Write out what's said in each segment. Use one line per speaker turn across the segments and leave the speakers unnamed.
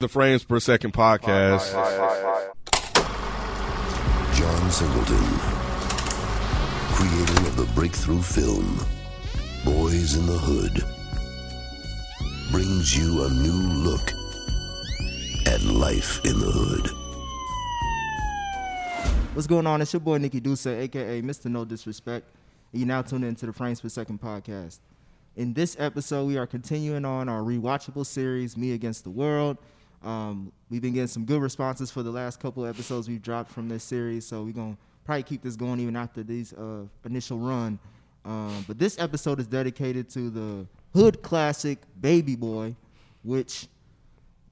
The Frames Per Second podcast.
John Singleton, creator of the breakthrough film Boys in the Hood, brings you a new look at life in the hood.
What's going on? It's your boy Nikki Dusa, aka Mr. No Disrespect. You now tune into the Frames Per Second podcast. In this episode, we are continuing on our rewatchable series, Me Against the World. Um, we've been getting some good responses for the last couple episodes we've dropped from this series, so we're gonna probably keep this going even after these uh, initial run. Um, but this episode is dedicated to the hood classic Baby Boy, which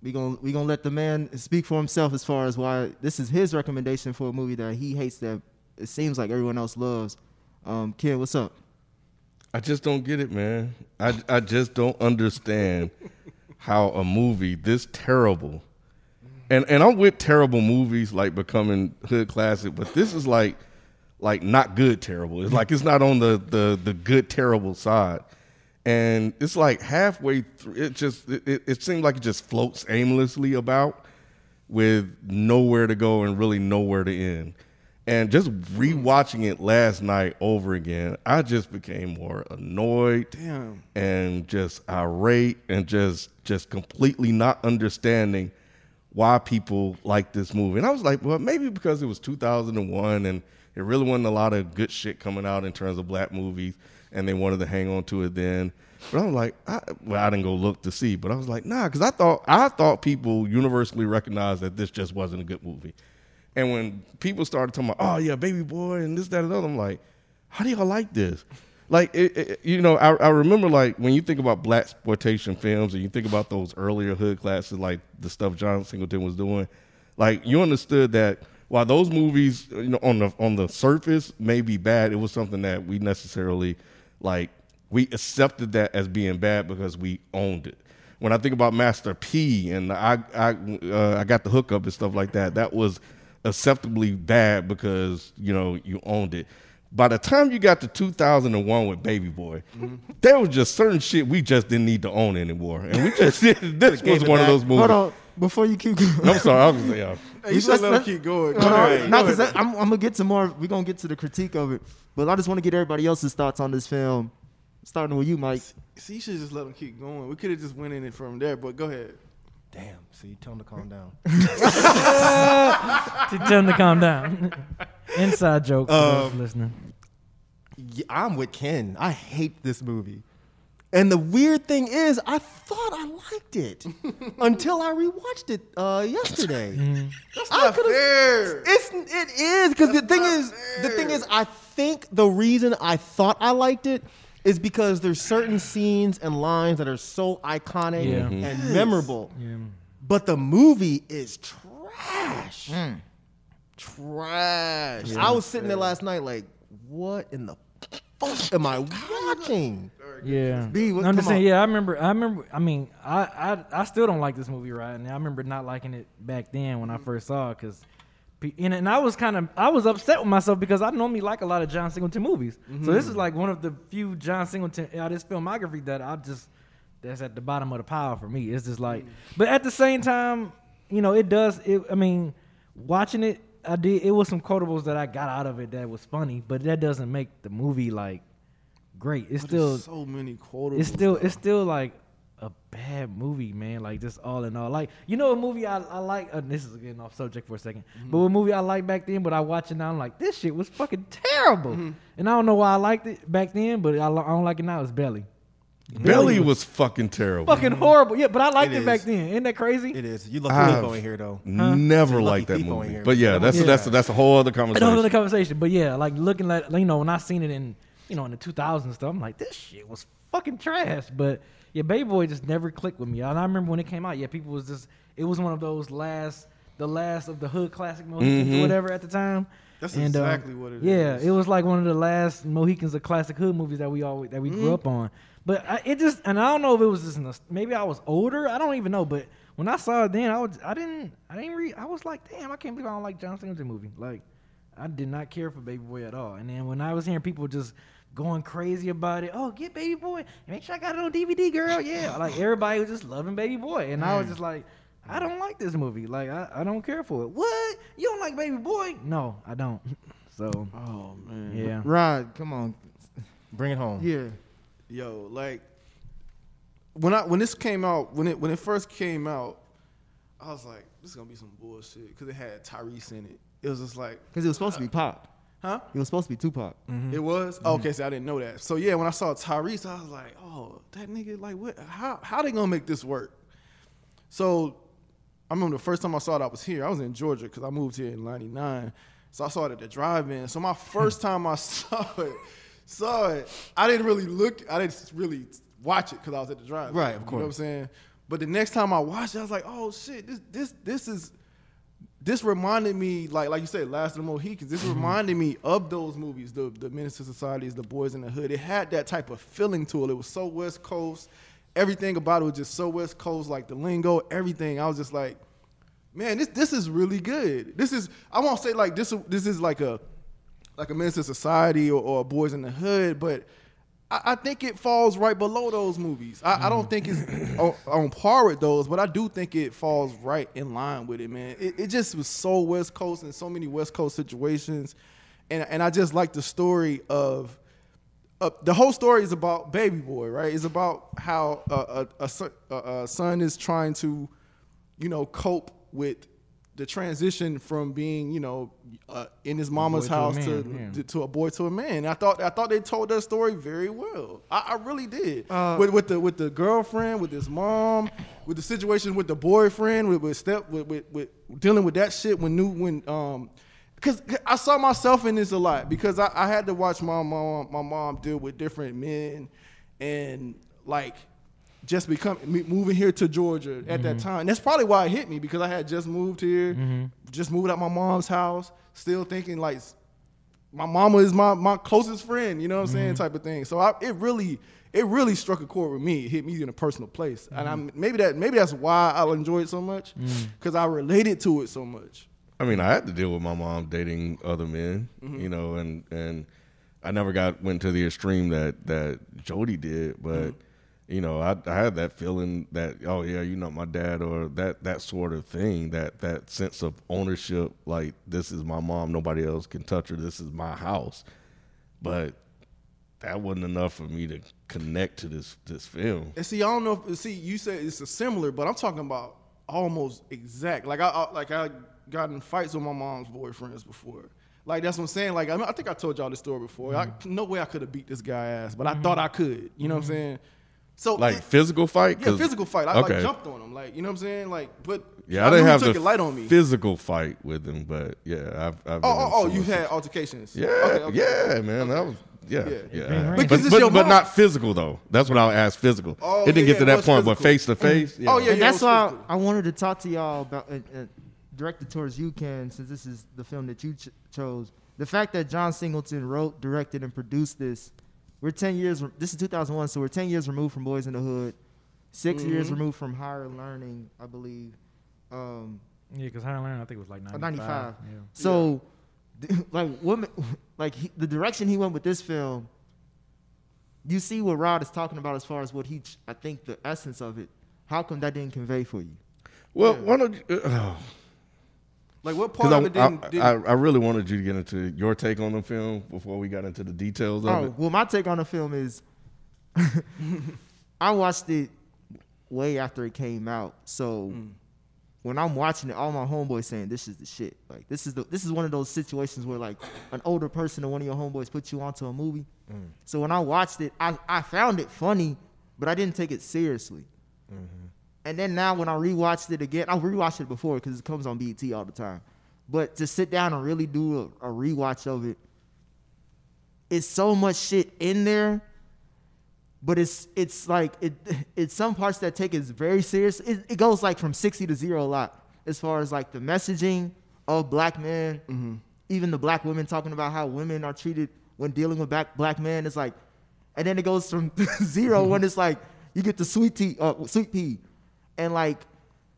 we gonna we gonna let the man speak for himself as far as why this is his recommendation for a movie that he hates that it seems like everyone else loves. Um, Ken, what's up?
I just don't get it, man. I, I just don't understand how a movie this terrible, and and I'm with terrible movies like becoming hood classic, but this is like like not good terrible. It's like it's not on the the the good terrible side, and it's like halfway through. It just it, it, it seemed like it just floats aimlessly about with nowhere to go and really nowhere to end. And just rewatching it last night over again, I just became more annoyed and just irate and just just completely not understanding why people like this movie. And I was like, well, maybe because it was 2001 and it really wasn't a lot of good shit coming out in terms of black movies and they wanted to hang on to it then. But I'm like, I, well, I didn't go look to see, but I was like, nah, because I thought I thought people universally recognized that this just wasn't a good movie. And when people started talking about, oh yeah, baby boy, and this, that, and the other, I'm like, how do y'all like this? Like, it, it, you know, I, I remember like when you think about black exploitation films and you think about those earlier hood classes, like the stuff John Singleton was doing, like you understood that while those movies, you know, on the on the surface may be bad, it was something that we necessarily like we accepted that as being bad because we owned it. When I think about Master P and I I uh, I got the hookup and stuff like that, that was acceptably bad because you know you owned it. By the time you got to 2001 with Baby Boy, there was just certain shit we just didn't need to own anymore, and we just this was one of those movies.
Hold on, before you keep going.
I'm sorry, I was uh, yeah.
You should
Let's-
let him
let's-
keep going.
No,
Go ahead, go
because
ahead.
I'm, I'm gonna get to more. We're gonna get to the critique of it, but I just want to get everybody else's thoughts on this film, starting with you, Mike.
See, you should just let him keep going. We could have just went in it from there, but go ahead.
Damn. See, tell him to calm down.
to tell him to calm down. Inside joke for those listening.
yeah, I'm with Ken. I hate this movie. And the weird thing is, I thought I liked it until I rewatched it uh, yesterday. That's not
fair.
It's it is because the thing is, the thing is, I think the reason I thought I liked it is because there's certain scenes and lines that are so iconic
Yeah.
and memorable. But the movie is trash. Trash. I was sitting there last night like, what in the fuck am I watching?
Yeah.
B, what-
No, I'm just
come
saying,
on.
yeah, I remember I remember I mean, I, I I still don't like this movie right now. I remember not liking it back then when I first saw it cuz and, and I was kind of I was upset with myself because I normally like a lot of John Singleton movies. So this is like one of the few John Singleton out of his filmography that I just that's at the bottom of the pile for me. It's just like but at the same time, you know, it does it I mean, watching it I did it was some quotables that I got out of it that was funny, but that doesn't make the movie like great. It's
Still,
still
so many quotables.
it's still it's still like a bad movie, man. Like just all in all, like you know, a movie I, I like. Uh, this is getting off subject for a 2nd but a movie I liked back then, but I watch it now. I'm like, this shit was fucking terrible, and I don't know why I liked it back then, but I, li- I don't like it now. It's Belly,
Belly was fucking terrible.
fucking horrible. Yeah, but I liked it,
It
back
is.
then. Isn't that crazy?
It is. You look
I've
going here though.
Never
Lucky
liked that
people in
movie.
here.
But yeah, that's
Yeah.
that's that's a whole other conversation.
Another conversation, but yeah, like looking at like, you know when I seen it in you know in the 2000s stuff, I'm like this shit was fucking trash. But yeah, Baby Boy just never clicked with me. And I remember when it came out, yeah, people was just it was one of those last the last of the hood classic Mohicans or whatever at the time.
That's
And, um,
exactly what it
yeah,
is.
it was like one of the last Mohicans of classic hood movies that we always that we grew up on. But I, it just and I don't know if it was just nos- maybe I was older. I don't even know. But when I saw it then, I was I didn't I didn't read. I was like, damn, I can't believe I don't like John Singleton movie. Like, I did not care for Baby Boy at all. And then when I was hearing people just going crazy about it, oh get Baby Boy, make sure I got it on DVD, girl. Yeah, like everybody was just loving Baby Boy, and I was just like. I don't like this movie. Like I, I don't care for it. What? You don't like Baby Boy? No, I don't. So
Oh man.
yeah.
Rod, come on.
Bring it home.
Yeah.
Yo, like when I when this came out, when it when it first came out, I was like, this is gonna be some bullshit because it had Tyrese in it. It was just like,
Because it was supposed to be Pop.
huh?
It was supposed to be Tupac.
Mm-hmm.
It was okay. So I didn't know that. So yeah, when I saw Tyrese, I was like, oh, that nigga, like, what? How how they gonna make this work? So I remember the first time I saw it, I was here. I was in Georgia because I moved here in '99. So I saw it at the drive-in. So my first time I saw it, saw it, I didn't really look. I didn't really watch it because I was at the drive.
Right, of
You know what I'm saying? But the next time I watched it, I was like, oh shit, this this this is. This reminded me, like like you said, Last of the Mohicans. This reminded me of those movies, the the Menace to Societies, the Boys in the Hood. It had that type of feeling to it. It was so West Coast. Everything about it was just so West Coast, like the lingo, everything. I was just like, man, this this is really good. This is I won't say like this this is like a like a menace to society or, or Boys in the Hood, but I, I think it falls right below those movies. I, I don't think it's on, on par with those, but I do think it falls right in line with it, man. It, it just was so West Coast and so many West Coast situations, and and I just like the story of uh, the whole story is about baby boy, right? It's about how uh, a, a, son- a, a son is trying to, you know, cope with the transition from being, you know, uh, in his mama's
to a
house
man,
to
yeah.
to, to a boy to a man. I thought I thought they told that story very well. I, I really did. with with the with the girlfriend, with his mom, with the situation with the boyfriend, with, with step with, with with dealing with that shit when new when um because I saw myself in this a lot because I, I had to watch my mom my mom deal with different men and like just become me- moving here to Georgia at that time. And that's probably why it hit me because I had just moved here, just moved out my mom's house, still thinking like my mama is my my closest friend, you know what I'm saying, type of thing. So I, it really it really struck a chord with me. It hit me in a personal place, and I'm maybe that maybe that's why I enjoy it so much because I related to it so much.
I mean, I had to deal with my mom dating other men,
Mm-hmm.
you know, and and I never got went to the extreme that that Jody did, but
Mm-hmm.
you know, I I had that feeling that oh yeah, you know my dad or that that sort of thing, that that sense of ownership, like this is my mom, nobody else can touch her, this is my house, but that wasn't enough for me to connect to this this film.
And see, I don't know. If, see, you said it's a similar, but I'm talking about almost exact. Like I, I like I got in fights with my mom's boyfriends before. Like that's what I'm saying. Like I, mean, I think I told y'all this story before. I, no way I could have beat this guy ass, but I thought I could. You know what I'm saying? So
Like
it-
physical fight,
Yeah,
'Cause-
physical fight. I like jumped on him, like you know what I'm saying. Like, but
Yeah, I didn't
knew he
have
took
the
it light on me.
physical fight with him, but yeah, I've. I've
oh, oh, oh, you
had.
had altercations.
Yeah,
Okay, okay.
yeah, man. That was yeah,
Yeah.
yeah.
Right.
But,
Because it's
but,
your
but
mom.
not physical though. That's what I asked. Physical.
Oh,
it didn't
yeah,
get to
yeah, it
that
was
point, but
physical.
face to face.
Oh, yeah,
and that's
it was
why
physical.
I wanted to talk to y'all about, uh, uh, directed towards you, Ken, since this is the film that you ch- chose. The fact that John Singleton wrote, directed, and produced this, we're 10 years, re- this is 2001, so we're 10 years removed from Boys in the Hood, 6
Mm-hmm.
years removed from Higher Learning, I believe. Um,
Yeah, because Higher Learning I think was like
or
95.
95.
Yeah.
So, th- like, what, ma- like he, the direction he went with this film, you see what Rod is talking about as far as what he, ch- I think, the essence of it. How come that didn't convey for you?
Well, why don't you? Oh,
Like what part of it
because
didn't?
I,
didn't
I, I really wanted you to get into your take on the film before we got into the details of
Oh, well, my take on the film is I watched it way after it came out. So when I'm watching it, all my homeboys saying this is the shit. Like this is the this is one of those situations where like an older person or one of your homeboys put you onto a movie. So when I watched it, I, I found it funny, but I didn't take it seriously. And then now when I rewatched it again, I rewatched it before because it comes on BET all the time. But to sit down and really do a, a rewatch of it, it's so much shit in there but it's it's like it it's some parts that take it very serious it, it goes like from 60 to zero a lot as far as like the messaging of black men even the black women talking about how women are treated when dealing with black black men it's like and then it goes from zero when it's like you get the sweet tea uh, sweet pea and like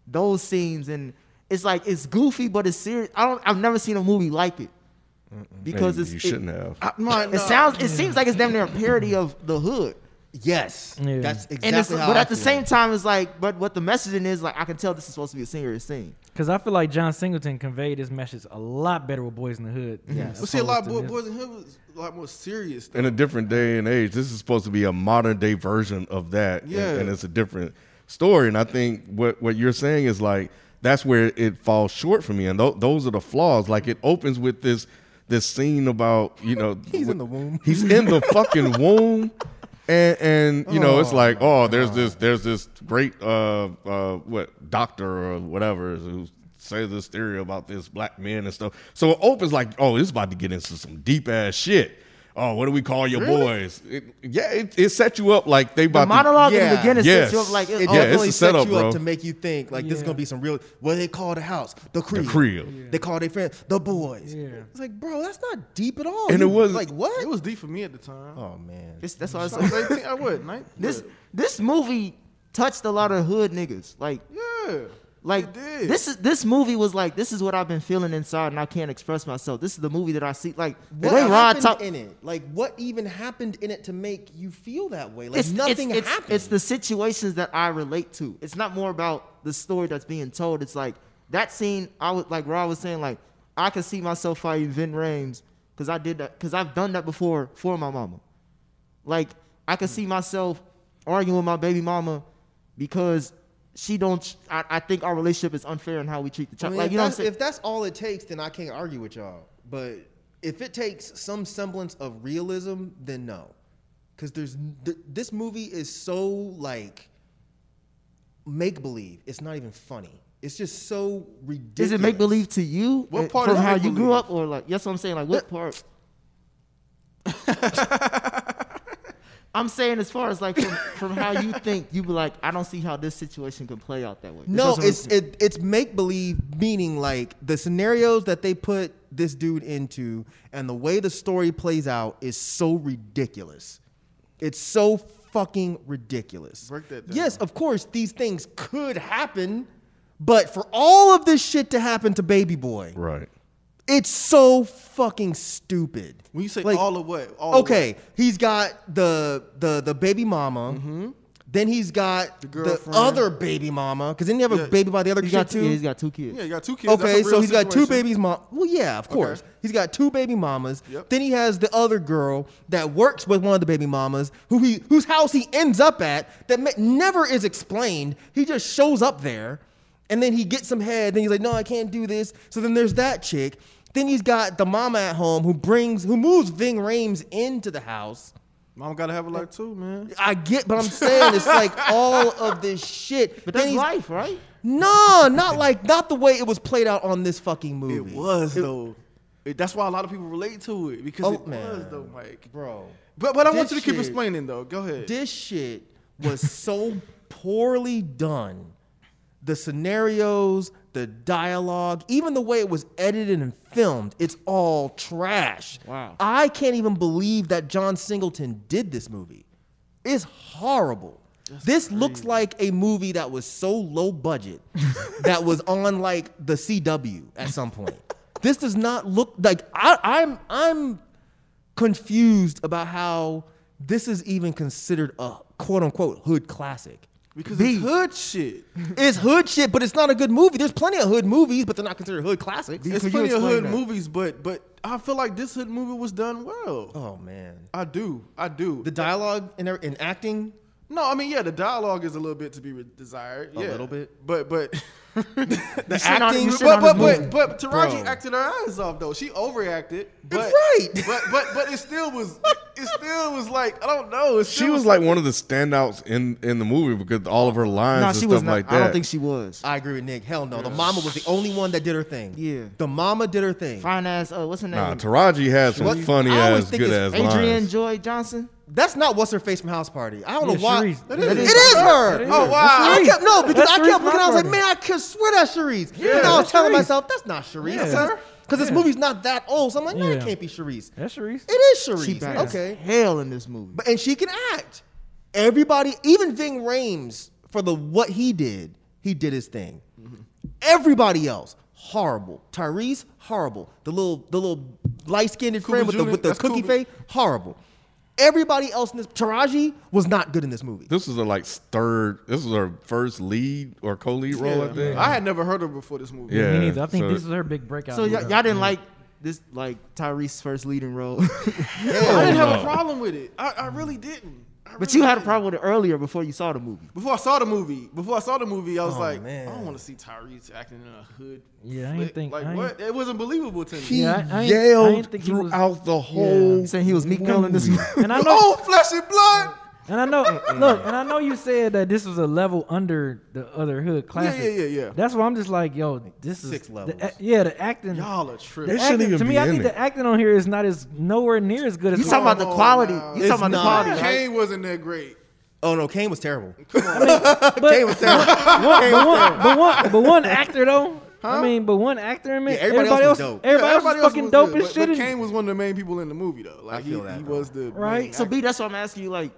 those scenes and it's like it's goofy but it's serious i don't i've never seen a movie like it
it.
because
And
it's
you
it-
shouldn't have.
I- no, no.
it sounds. It seems like it's damn near a parody of the hood.
Yes,
Yeah.
that's
And
exactly
And it's,
how.
but
I
at the
feel.
same time, it's like, but what the messaging is like, I can tell this is supposed to be a serious thing.
Because I feel like John Singleton conveyed his message a lot better with Boys in the Hood. Yeah,
But see, a lot of boy, boys in hood was a lot more serious. Though.
in a different day and age. This is supposed to be a modern day version of that. and-
Yeah.
And, it's a different story. And I think what, what you're saying is like, that's where it falls short for me. And tho- those are the flaws. Like it opens with this, this scene about, you know,
He's in
wh-
the womb.
He's in the fucking womb. And, and you know it's like oh there's this there's this great uh uh what doctor or whatever who says this theory about this black man and stuff so it opens like oh this about to get into some deep ass shit oh what do we call your boys it, yeah it, it set you up like they about
The monologue in the
Yeah.
beginning
Yes.
sets you up like,
Yeah,
It
oh,
it's
definitely
a
set
setup,
you up
bro.
to make you think like this is
Yeah.
gonna be some real. What they call the house, the crib,
crib.
They call their friends the boys.
Yeah.
It's like, bro, that's not deep at all.
And it
You-
was-
like what?
It was deep for me at the time.
oh man,
this, that's why I
I was
was like,
18. I what? Nine?
this, this movie touched a lot of hood niggas. Like,
Yeah.
Like
It did.
this is this movie was like this is what I've been feeling inside and I can't express myself. This is the movie that I see. Like the
what
way Ron
happened
talked,
in it? Like what even happened in it to make you feel that way? Like
it's
nothing
it's, it's,
happened.
It's the situations that I relate to. It's not more about the story that's being told. It's like that scene. I would like Ron was saying like I can see myself fighting Vin Rames because I did that because I've done that before for my mama. Like I can see myself arguing with my baby mama because she don't. I, I think our relationship is unfair in how we treat the
I
child.
mean,
like
if,
you know what I'm
that's,
saying.
if that's all it takes, then I can't argue with y'all. But if it takes some semblance of realism, then no, because there's th- this movie is so like make believe. It's not even funny. It's just so
Is
ridiculous.
it make believe to you?
What
uh,
part
from
is
how you
make-believe?
grew up, or like that's what I'm saying. Like what part? I'm saying as far as like from, from how you think, you be like, I don't see how this situation could play out that way. That's
No,
what I'm
it's it, it's make believe, meaning like the scenarios that they put this dude into, and the way the story plays out is so ridiculous. It's so fucking ridiculous.
Break that down.
Yes, of course, these things could happen, but for all of this shit to happen to Baby Boy,
right
it's so fucking stupid.
When you say all of what? All of
okay, he's got the the the baby mama. Then he's got the,
Mm-hmm. girlfriend.
other baby mama. Because then you have a baby by the other
He
kid
got two.
too.
Yeah, he's got two kids.
Yeah, you got two kids. That's a
okay,
real
so he's got two
situation.
babies. Mom. Well, yeah, of course. He's got two baby mamas.
Yep.
Then he has the other girl that works with one of the baby mamas, who he whose house he ends up at that ma- never is explained. He just shows up there, and then he gets some head. Then he's like, "No, I can't do this." So then there's that chick. Then he's got the mama at home who brings who moves Ving Rames into the house.
Mom gotta have a life too, man.
I get, but I'm saying it's like all of this shit.
but
Then
that's
he's-
life, right?
No, not like not the way it was played out on this fucking
It
movie.
was though. It- that's why a lot of people relate to it because
Oh,
it was
man.
though, Mike.
bro.
But but I want
This
you to keep
shit-
explaining though. Go ahead.
This shit was so poorly done. The scenarios, the dialogue, even the way it was edited and filmed, it's all trash.
Wow.
I can't even believe that John Singleton did this movie. It's horrible. this looks like a movie that was so low budget that was on like the CW at some point. this does not look like I, I'm I'm confused about how this is even considered a quote unquote hood classic.
because
B.
it's hood shit.
It's hood shit, but it's not a good movie. There's plenty of hood movies, but they're not considered hood classics.
could
It's
you
plenty of
explain
hood
that?
movies, but but I feel like this hood movie was done well.
oh man,
I do, I do.
the dialogue and, every- and acting.
no, I mean yeah, the dialogue is a little bit to be re- desired.
A
yeah.
little bit.
but but
The
shit on- you
acting,
shit
But
on
but
this
but but Taraji
Bro.
acted her eyes off though. She overacted. But,
right.
But but but it still was it still was like I don't know. It
she
still
was like one of the standouts in in the movie because all of her lines
No,
and
she
stuff
was not.
like that
I don't think she was.
I agree with Nick. Hell no, the mama was the only one that did her thing.
Yeah.
the mama did her thing.
Fine ass. Uh, what's her name?
Nah, Taraji had some
What-
funny
I always
ass,
think
good ass
it's
Adrian
lines.
Joy Johnson.
That's not what's her face from House Party. I don't
Yeah,
know why.
Sharice. That
it
is-
is, her.
That is
Oh, wow.
her. That's
I
Sharice.
kept no because
That's
I
Sharice
kept looking. I was like,
Lockhart's.
man, I could swear that's Sharice. and I was
that's
telling
Sharice.
myself that's not Sharice.
Yeah.
Because this
Yeah.
movie's not that old, so I'm like, no, it
Yeah.
can't be Sharice.
That's Sharice.
It is Sharice.
She bad
Okay,
as hell in this movie.
but and she can act. Everybody, even Ving Rhames, for the what he did, he did his thing. Everybody else, horrible. Tyrese, horrible. The little, the little light skinned friend with the
Jr.,
with the
that's
cookie
Cuba.
face, horrible. Everybody else in this Taraji was not good in this movie.
This was her like third. This was her first lead or co-lead role, I think.
I had never heard of her before this movie.
Yeah.
Me neither. I think
so-
this is her big breakout.
So
movie.
y'all, y'all didn't like this, like Tyrese's first leading role,
I didn't have
no.
a problem with it. I, I really didn't. I
but
really
you had a
didn't.
problem with it earlier before you saw the movie.
Before I saw the movie, before I saw the movie, I was like,
man.
I don't want to see Tyrese acting in a hood.
Oh, Yeah, I ain't
flick.
think-
like
I ain't-
what? It wasn't believable to me.
He
Yeah, I- I ain't- I
yelled
ain't think he was-
throughout the whole.
Saying he was Meek Mill in this
movie.
movie.
and I know
oh, flesh and blood.
And I know, look, and I know you said that this was a level under the other hood classic.
yeah, yeah, yeah.
That's why I'm just like, yo, this is
Six
the eh,
levels.
act- yeah, the acting.
Y'all are
the
tripping.
They shouldn't
acting- to
even
me,
be
I
in
think
it.
the acting on here is not as nowhere near as good as.
You talking about the
on
quality?
now.
You talking about the
It's
quality?
not.
right?
Kane wasn't that great.
Oh no, Kane was terrible.
but,
Kane was terrible.
one- but one, but one, but one actor though. I mean, but one actor in it.
Yeah, everybody else was dope.
Everybody, else was fucking dope
good,
as
but-
shit.
But
and-
Kane was one of the main people in the movie though. Like he,
feel that,
he
though.
was the main
Right?
So
actor.
B, that's why I'm asking you, like,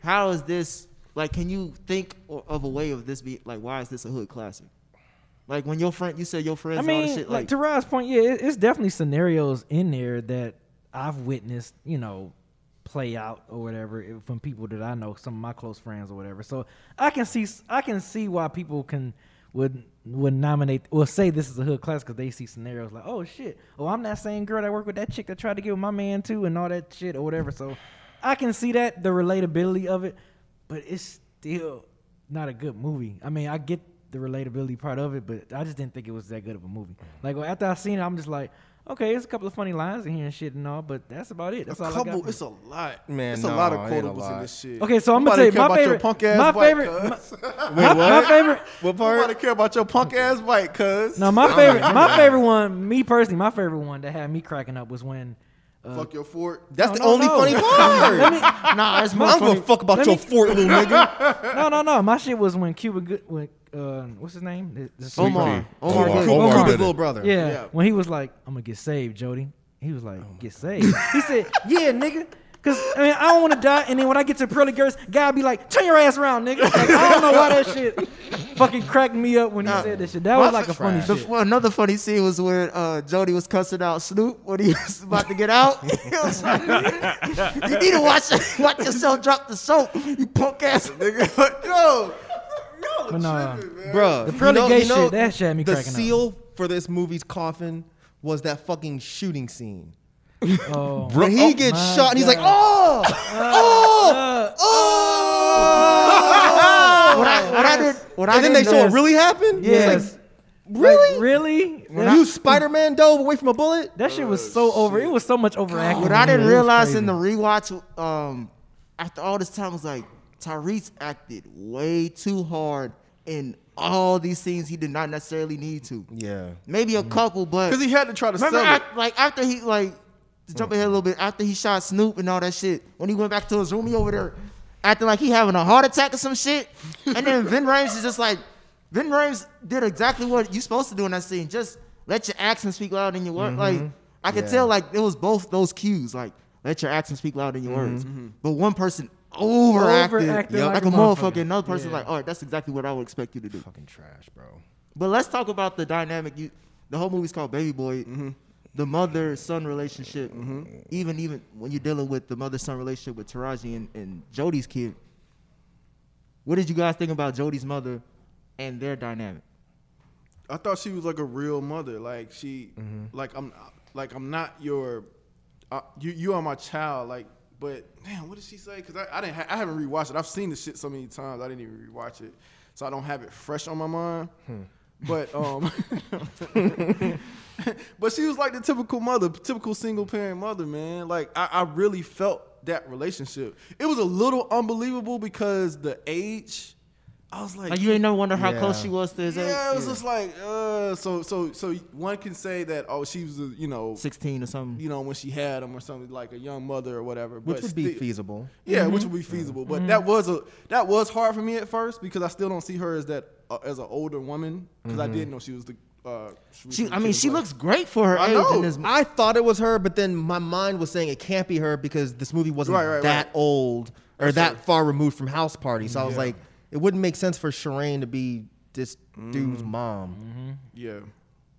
how is this? Like, can you think o- of a way of this be like? Why is this a hood classic? Like when your friend, you said your friends,
I
and all this
mean,
shit,
like, to Rod's point, yeah, it, it's definitely scenarios in there that I've witnessed, you know, play out or whatever eh, from people that I know, some of my close friends or whatever. So I can see, I can see why people can would would nominate or say this is a hood class because they see scenarios like, oh shit, oh I'm that same girl that worked with that chick that tried to get with my man too, and all that shit or whatever. So I can see that the relatability of it, but it's still not a good movie. I mean, I get the relatability part of it, but I just didn't think it was that good of a movie. Like well, after I seen it, I'm just like, okay, it's a couple of funny lines in here and shit and all, but that's about it. That's
a
all I got.
couple.
from
It's a lot.
Man,
it's a lot
no,
of
it ain't a
quotables
lot.
in this shit.
it. okay, so I'm gonna tell
Nobody
you
care
my
about your
favorite,
punk ass
my
bike,
favorite, my,
cuz.
my- my
what?
favorite.
What
Nobody
part?
care about your punk ass bike, cuz.
No, my favorite, my favorite one, me personally, my favorite one that had me cracking up was when.
Fuck your fort.
That's the
no,
only
no.
funny part.
Let me,
nah, it's more
I'm
funny.
gonna fuck about
Let
your
me-
fort, little nigga.
no, no, no. My shit was when Cuba Good, when, uh, what's his name? The- the-
Sweet
Omar.
Pea.
Omar Gooding.
Omar
Cuba's
Gooding.
little brother.
Yeah,
Yeah.
when he was like, "I'm gonna get saved, Jody," he was
Oh
like, "Get saved." he said, "Yeah, nigga." Cause I mean I don't want to die, and then when I get to pearly girls, God be like, "Turn your ass around, nigga." Like, I don't know why that shit fucking cracked me up when he said that shit. That was like a funny
The,
shit.
well, another funny scene was where uh, Jody was cussing out Snoop when he was about to get out. He was like, you need to watch watch yourself drop the soap, you punk ass nigga.
Yo,
But nah,
Bruh. The
pearly gay shit, that shit had me
The
cracking up.
seal for this movie's coffin was that fucking shooting scene.
oh,
When he gets
my
shot and he's like,
God.
oh, oh, oh.
What I, what I did, what I
and then they
didn't
show
know
what
is-
really happened?
yes,
Like, really?
Like, really? That,
You Spider Man dove away from a bullet?
that shit was so over. It was so much overacting.
Oh, What I
in it.
didn't
It was
realize
crazy.
in the rewatch, um, after all this time, was like Tyrese acted way too hard in all these scenes he did not necessarily need to.
Yeah.
Maybe a couple, but
because he had to try to
remember,
sell it.
af- like after he like to jump ahead a little bit after he shot Snoop and all that shit. When he went back to his room, he over there acting like he having a heart attack or some shit. And then Vin Rames is just like, Vin Rames did exactly what you supposed to do in that scene. Just let your actions speak louder than your words. Like I could
Yeah.
tell, like it was both those cues. Like let your actions speak louder than your words. But one person overacted,
Overacted
like,
like
a
a
motherfucker.
motherfucker.
Another person
Yeah.
like, all right, that's exactly what I would expect you to do.
Fucking trash, bro.
But let's talk about the dynamic. You, the whole movie's called Baby Boy.
Mm-hmm.
The mother son relationship. Even even when you're dealing with the mother son relationship with Taraji and, and Jody's kid. What did you guys think about Jody's mother and their dynamic?
I thought she was like a real mother. Like she, like I'm, like I'm not your, uh, you you are my child. Like, but man, what did she say? Because I, I didn't ha- I haven't rewatched it. I've seen the shit so many times. I didn't even rewatch it, so I don't have it fresh on my mind. But um, but she was like the typical mother, typical single parent mother, man. Like I, I really felt that relationship. It was a little unbelievable because the age. I was like,
Like you ain't never wonder how
Yeah.
close she was to his age.
yeah, it was just like uh, so so so one can say that oh she was a, you know
sixteen or something.
you know when she had him or something like a young mother or whatever,
Which
but
would be
still-
feasible.
Yeah, which
Mm-hmm.
would be feasible, but that was a that was hard for me at first because I still don't see her as that uh, as an older woman because I didn't know she was the. Uh,
Mm-hmm. She,
was
I
the
mean,
kid's
she
wife.
looks great for her
I
age
know.
in this movie.
I thought it was her, but then my mind was saying it can't be her because this movie wasn't
Right, right,
that
right.
old or that far removed from House Party. So I was like,
Mm. Mm-hmm.
it wouldn't make sense for Shireen to be this dude's mom.
yeah.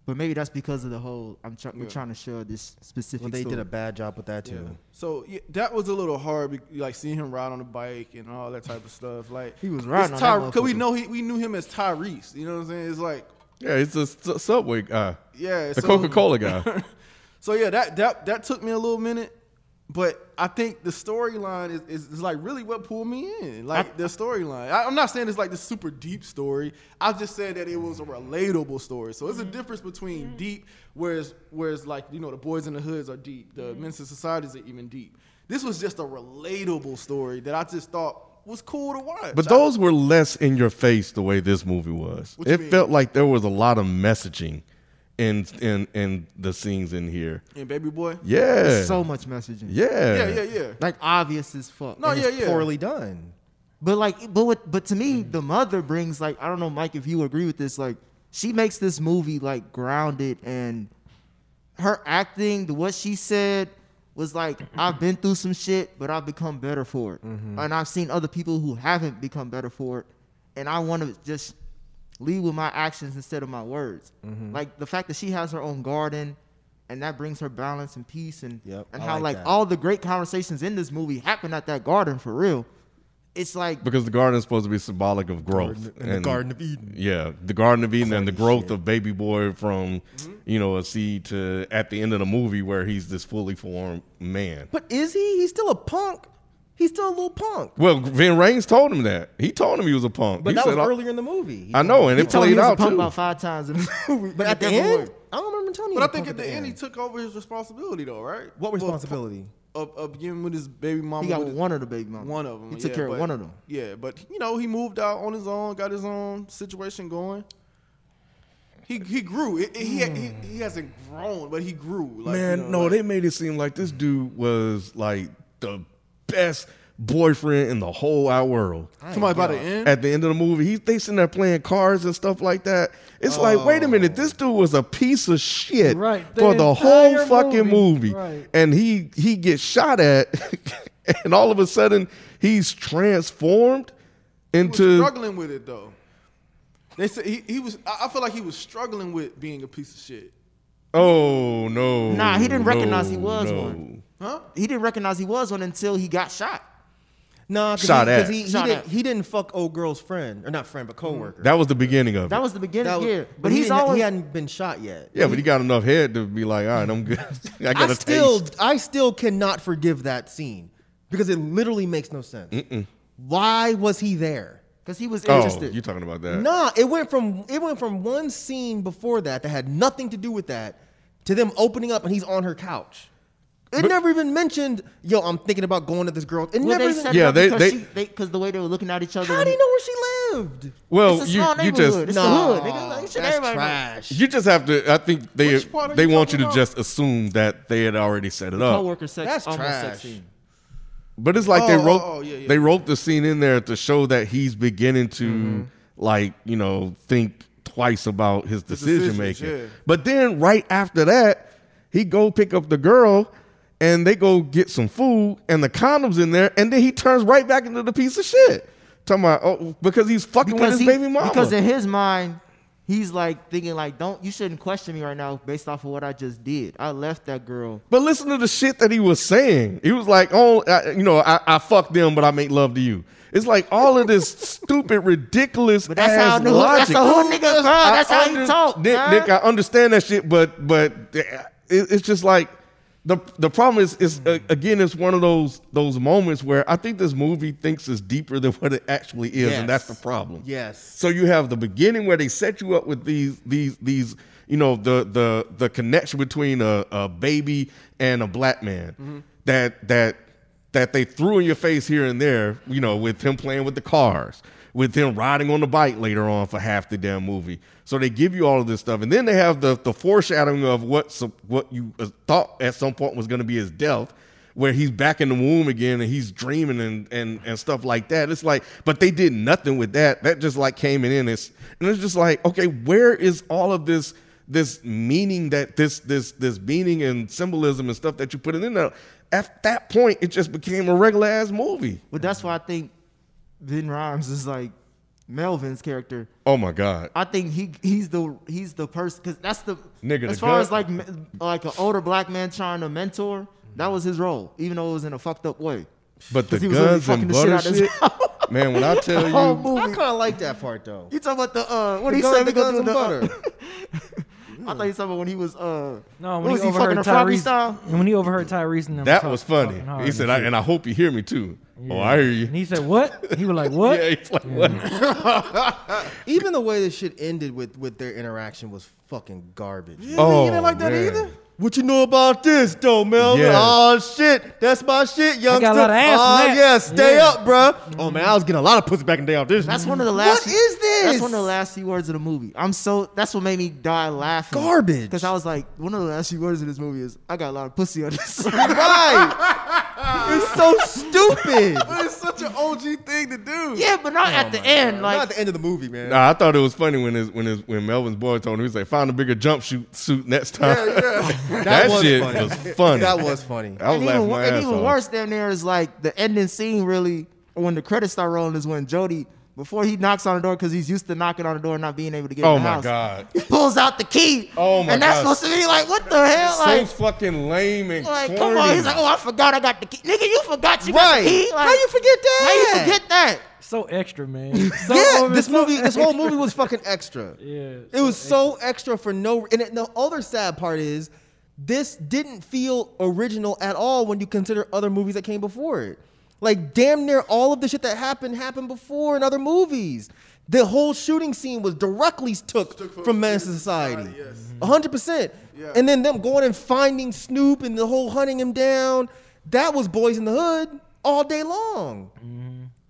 But maybe that's because of the whole I'm try- we're trying to show this specific.
Well, they did
story.
a bad job with that too.
So yeah, that was a little hard, be- like seeing him ride on the bike and all that type of stuff. Like
He was riding
it's
on that
Cause we
motherfucker.
know he, we knew him as Tyrese. You know what I'm saying? It's like
Yeah, it's a s- Subway guy.
yeah,
The
so-
Coca Cola guy.
so yeah, that that that took me a little minute, but I think the storyline is, is is like really what pulled me in. Like the storyline. I- I'm not saying it's like this super deep story. I just said that it was a relatable story. So it's a difference between deep, whereas whereas like you know the boys in the hoods are deep, the men's in societies are even deep. This was just a relatable story that I just thought was cool to watch.
But
I-
those were less in your face the way this movie was.
you
It
mean?
felt like there was a lot of messaging in in in the scenes in here.
and baby boy.
Yeah.
There's so much messaging.
yeah.
Yeah, yeah, yeah.
Like obvious as fuck.
No,
And
yeah,
it's-
yeah.
Poorly done.
But like, but what, but to me,
Mm-hmm.
the mother brings like I don't know, Mike, if you agree with this. Like, she makes this movie like grounded and her acting, the what she said was like, I've been through some shit, but I've become better for it,
Mm-hmm.
and I've seen other people who haven't become better for it, and I want to just lead with my actions instead of my words.
Mm-hmm.
Like the fact that she has her own garden. And that brings her balance and peace, and
Yep,
and
I
how
like
like
that.
all the great conversations in this movie happen at that garden for real. It's like
Because the garden is supposed to be symbolic of growth.
And the Garden of Eden.
Yeah, the Garden of Eden and the growth of Baby Boy from you know a seed to at the end of the movie where he's this fully formed man.
But is he? He's still a punk. He's still a little punk.
Well, Vin Raines told him that. He told him he was a punk.
But
He
that was
said, I-
earlier in the movie. He
I know, and
He
it
told me
played
he was a
out
punk
too.
about five times in the movie,
But
it
at the
never
end,
worked.
I don't remember Tony.
But I think at the end he took over his responsibility though, right? Well,
what responsibility?
Of, of getting with his baby mama.
he got
with his-
one of the baby mama.
One of them.
He took care of one of them.
Yeah, but you know, he moved out on his own, got his own situation going. He he grew. It, it- he, he
Hmm.
he hasn't grown, but he grew. Like,
Man,
you know,
no,
like-
they made it seem like this dude was like the best boyfriend in the whole wide world.
somebody by the
Mm-hmm.
end.
At the end of the movie, he they sitting there playing cards and stuff like that. It's like, wait a minute,
Oh.
this dude was a piece of shit
Right, the
for the whole
entire
fucking movie,
movie. Right.
and he he gets shot at, and all of a sudden he's transformed
He was
into
struggling with it though. They said he, he was. I I feel like he was struggling with being a piece of shit.
oh no,
Nah, he didn't
no,
recognize he was
no.
one.
Huh?
He didn't recognize he was one until he got shot.
No, because
Shot
he,
at.
'cause he, he,
Shot
didn't,
at.
he didn't fuck old girl's friend or not friend but coworker.
That was the beginning of it.
That was the beginning,
That was-
yeah. But,
he
he's
didn't ha-
always
he hadn't been shot yet.
yeah, but he got enough head to be like, all right, I'm good. I got
I
a
still,
taste.
I still cannot forgive that scene because it literally makes no sense. Why was he there?
because he was
Oh,
interested.
you talking about that?
Nah, it went from it went from one scene before that that had nothing to do with that to them opening up and he's on her couch. It never even mentioned, yo, I'm thinking about going to this girl. It
well,
never
they
even,
set
Yeah,
yeah,
they-
because
they-
she- they, because the way they were looking at each other.
How
when-
do you know where she lived?
Well,
It's a
you
small
you just
neighborhood. It's the
Nah,
hood, nigga. Like, shit,
that's
everybody know.
trash.
You just have to. I think they
Which part are
they
you
want you
talking
to
about?
just assume that they had already set it up.
Coworker sex,
That's
almost
trash.
sex scene.
But it's like they
Oh, oh,
wrote
oh, yeah, yeah.
they wrote the scene in there to show that he's beginning to
Mm-hmm.
like you know think twice about his decision
decisions,
making.
yeah.
But then right after that, he go pick up the girl. And they go get some food, and the condoms in there, and then he turns right back into the piece of shit. Talking about oh, because he's fucking with his
he-
baby mama.
because in his mind, he's like thinking like, don't you shouldn't question me right now based off of what I just did. I left that girl.
But listen to the shit that he was saying. He was like, "Oh, I, you know, I, I fuck them, but I make love to you." It's like all of this stupid, ridiculous.
But that's
ass
how I knew.
logic.
That's a hood nigga, bro.
I
That's how
under-
he talk.
Nick,
huh?
Nick, I understand that shit, but but eh, it, it's just like the the problem is is
Hmm.
uh, again it's one of those those moments where I think this movie thinks it's deeper than what it actually is, and that's the
Yes.
problem.
Yes.
So you have the beginning where they set you up with these these these you know the the the connection between a, a baby and a black man that that that they threw in your face here and there, you know, with him playing with the cars, with him riding on the bike later on for half the damn movie. So they give you all of this stuff, and then they have the the foreshadowing of what some, what you uh, thought at some point was going to be his death, where he's back in the womb again and he's dreaming and, and, and stuff like that. It's like, but they did nothing with that. That just like came in and it's and it's just like, okay, where is all of this this meaning that this this this meaning and symbolism and stuff that you put in there? At that point, it just became a regular ass movie.
But that's why I think Vin Rhymes is like Melvin's character.
Oh my God.
I think he he's the he's the person because that's the
Nigga, the
as far
gut.
as like me- like an older black man trying to mentor. That was his role, even though it was in a fucked up way.
But the
'Cause he was literally
guns and
fucking the
butter
shit out his
shit, man. When I tell
Whole
you,
I
movie.
kind of like that part though.
You talking about the uh? What
The
he
guns-
said?
the
we gonna
guns
do
and
the- I thought you talking about when he was uh.
No,
what
when
was
he
he fucking
overheard
a Froggy
Tyrese,
style?
and when he overheard Tyrese and them
that
talk-
was funny.
talking hard
He said,
and
I,
shit.
and I hope you hear me too. Oh,
Yeah.
I hear you.
And he said, "What?" He was like, "What?"
Yeah, he's like, what?
Even the way this shit ended with with their interaction was fucking garbage.
Oh,
you didn't like that
man.
either?
What you know about this though, Melvin?
Yes.
Oh shit, that's my shit, youngster.
a lot of ass
oh
from that.
yeah, stay
Yeah.
up, bruh. Oh man, I was getting a lot of pussy back in the day off this.
That's one of the last.
What is this?
That's one of the last few words of the movie. I'm so. That's what made me die laughing.
Garbage.
Because I was like, one of the last few words of this movie is, "I got a lot of pussy on this."
right. it's so stupid.
But it's such an OG thing to do.
yeah, but
Oh
not at the end.
Not
Like,
at the end of the movie, man.
Nah, I thought it was funny when his when his when Melvin's boy told him he was like, find a bigger jump shoot suit next time. that shit was funny.
That was funny.
I was
and
laughing
even,
my
and
ass
even
off.
worse down there is like the ending scene. Really, when the credits start rolling, is when Jody. Before he knocks on the door, because he's used to knocking on the door and not being able to get
Oh
in the
my
house,
god.
he pulls out the key.
Oh my
And that's
God.
supposed to be like, what the hell?
so
Like,
fucking lame and
like
corny.
come on. He's like, oh, I forgot I got the key. Nigga, you forgot you got
Right.
the key. Like,
How you forget that?
How you forget that?
So extra, man. So
Yeah,
over-
this
so
movie, this whole movie was fucking extra.
Yeah.
It was so extra for no. And it, the other sad part is, this didn't feel original at all when you consider other movies that came before it. Like damn near all of the shit that happened happened before in other movies. The whole shooting scene was directly took, from Menace to Society, hundred percent.
Yeah.
And then them going and finding Snoop and the whole hunting him down. That was Boys in the Hood all day long.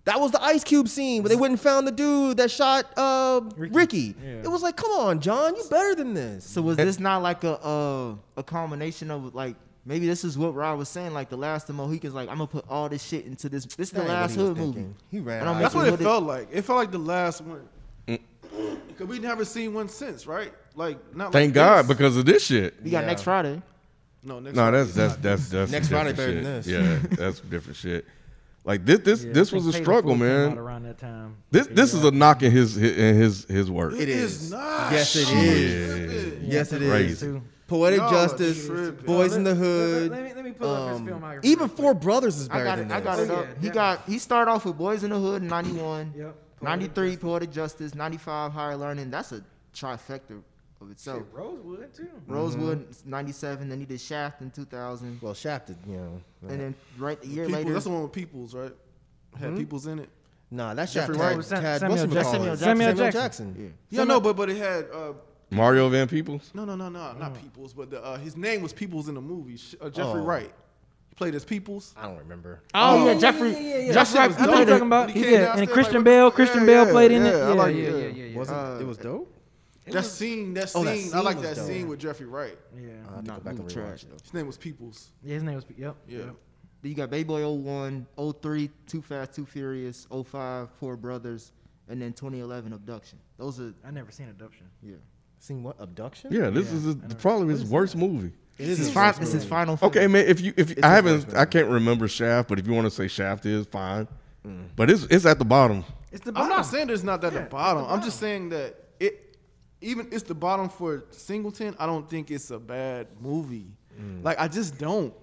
That was the Ice Cube scene where they went and found the dude that shot uh, Ricky.
Yeah.
It was like, come on, John, you better than this.
So was this not like a uh, a culmination of like maybe this is what Rod was saying like the last of the Mohicans like I'm gonna put all this shit into this this is the
That ain't what
last
he was
hood movie
thinking. He ran
And I'm
out.
That's
making
what it
hood-
felt like. It felt like the last one.
Mm.
Cause we never seen one since, right? Like not.
Thank
like
God
this.
because of this shit.
We got
Yeah.
next Friday.
no, next
No,
one.
that's that's that's that's
Next
different
Friday better than
shit. Yeah, that's different shit. Like this this
Yeah, I
this
think
was a
Fatal
struggle,
Four came out
man.
Around that time.
This this is a knock in his in his his work.
it is not.
Yes, it
Yeah.
is. Yes, it is.
Crazy.
Poetic
Y'all are
Justice,
tripping.
Boys in the
Let,
Hood.
let me let me pull up his film.
Um, Even Four Brothers is
I
better
got
than
it.
this.
I got
this.
it
Oh,
up.
yeah,
he
yeah.
got he started off with Boys in the Hood in '91,
Yep.
'93 Poetic Justice, '95 Higher Learning. That's a trifecta of itself.
Rosewood too.
Rosewood
Mm-hmm.
'97, then he did Shaft in 2000,
Well, Shafted, you know.
and then right a year
People-
later,
That's the one with peoples, right? Had peoples in it.
Nah, that's
Jeffrey
Shafted.
Wright
Had,
was Sam-
had,
Samuel
what's
Jackson.
Samuel,
Samuel
Samuel Jackson.
Jackson.
Yeah, no, but but it had uh,
Mario Van Peoples.
no, no, no, no, not peoples, but the, uh, his name was Peoples in the movie. Sh- Uh, Jeffrey
Oh.
Wright. He played as Peoples.
I don't remember.
oh, yeah, Jeffrey,
That
Jeffrey,
shit was
I know
dope.
you're talking about.
When
He
came
did.
downstairs,
And
like,
Christian
what-
Bale. Christian
yeah,
Bell
yeah,
played in
yeah,
it.
I
Yeah,
like-
yeah,
yeah.
yeah, yeah, yeah.
Wasn't it was dope?
That scene, that
Oh,
scene,
that
I
scene
like
was
that
dope.
scene with Jeffrey Wright.
Yeah.
I have to go back and rewatch it.
His name was Peoples.
Yeah, His name was. Yep.
Yeah.
yep.
You got Baby Boy 01, 03, Too Fast, Too Furious, 05, Four Brothers, and then 2011 Abduction. Those are,
I never seen Adoption.
yeah.
Seen what? Abduction?
Yeah, this is his- probably his worst movie.
It
This
is
is
his
fi-
worst
this
movie.
is final. film.
Okay, man. If you if I
his
haven't
worst
I can't remember Shaft, but if you want to say Shaft is fine, but it's it's at the bottom.
It's the.
I'm
bottom.
not saying there's not that the bottom. I'm just saying that it even it's the bottom for Singleton. I don't think it's a bad movie. Like I just don't.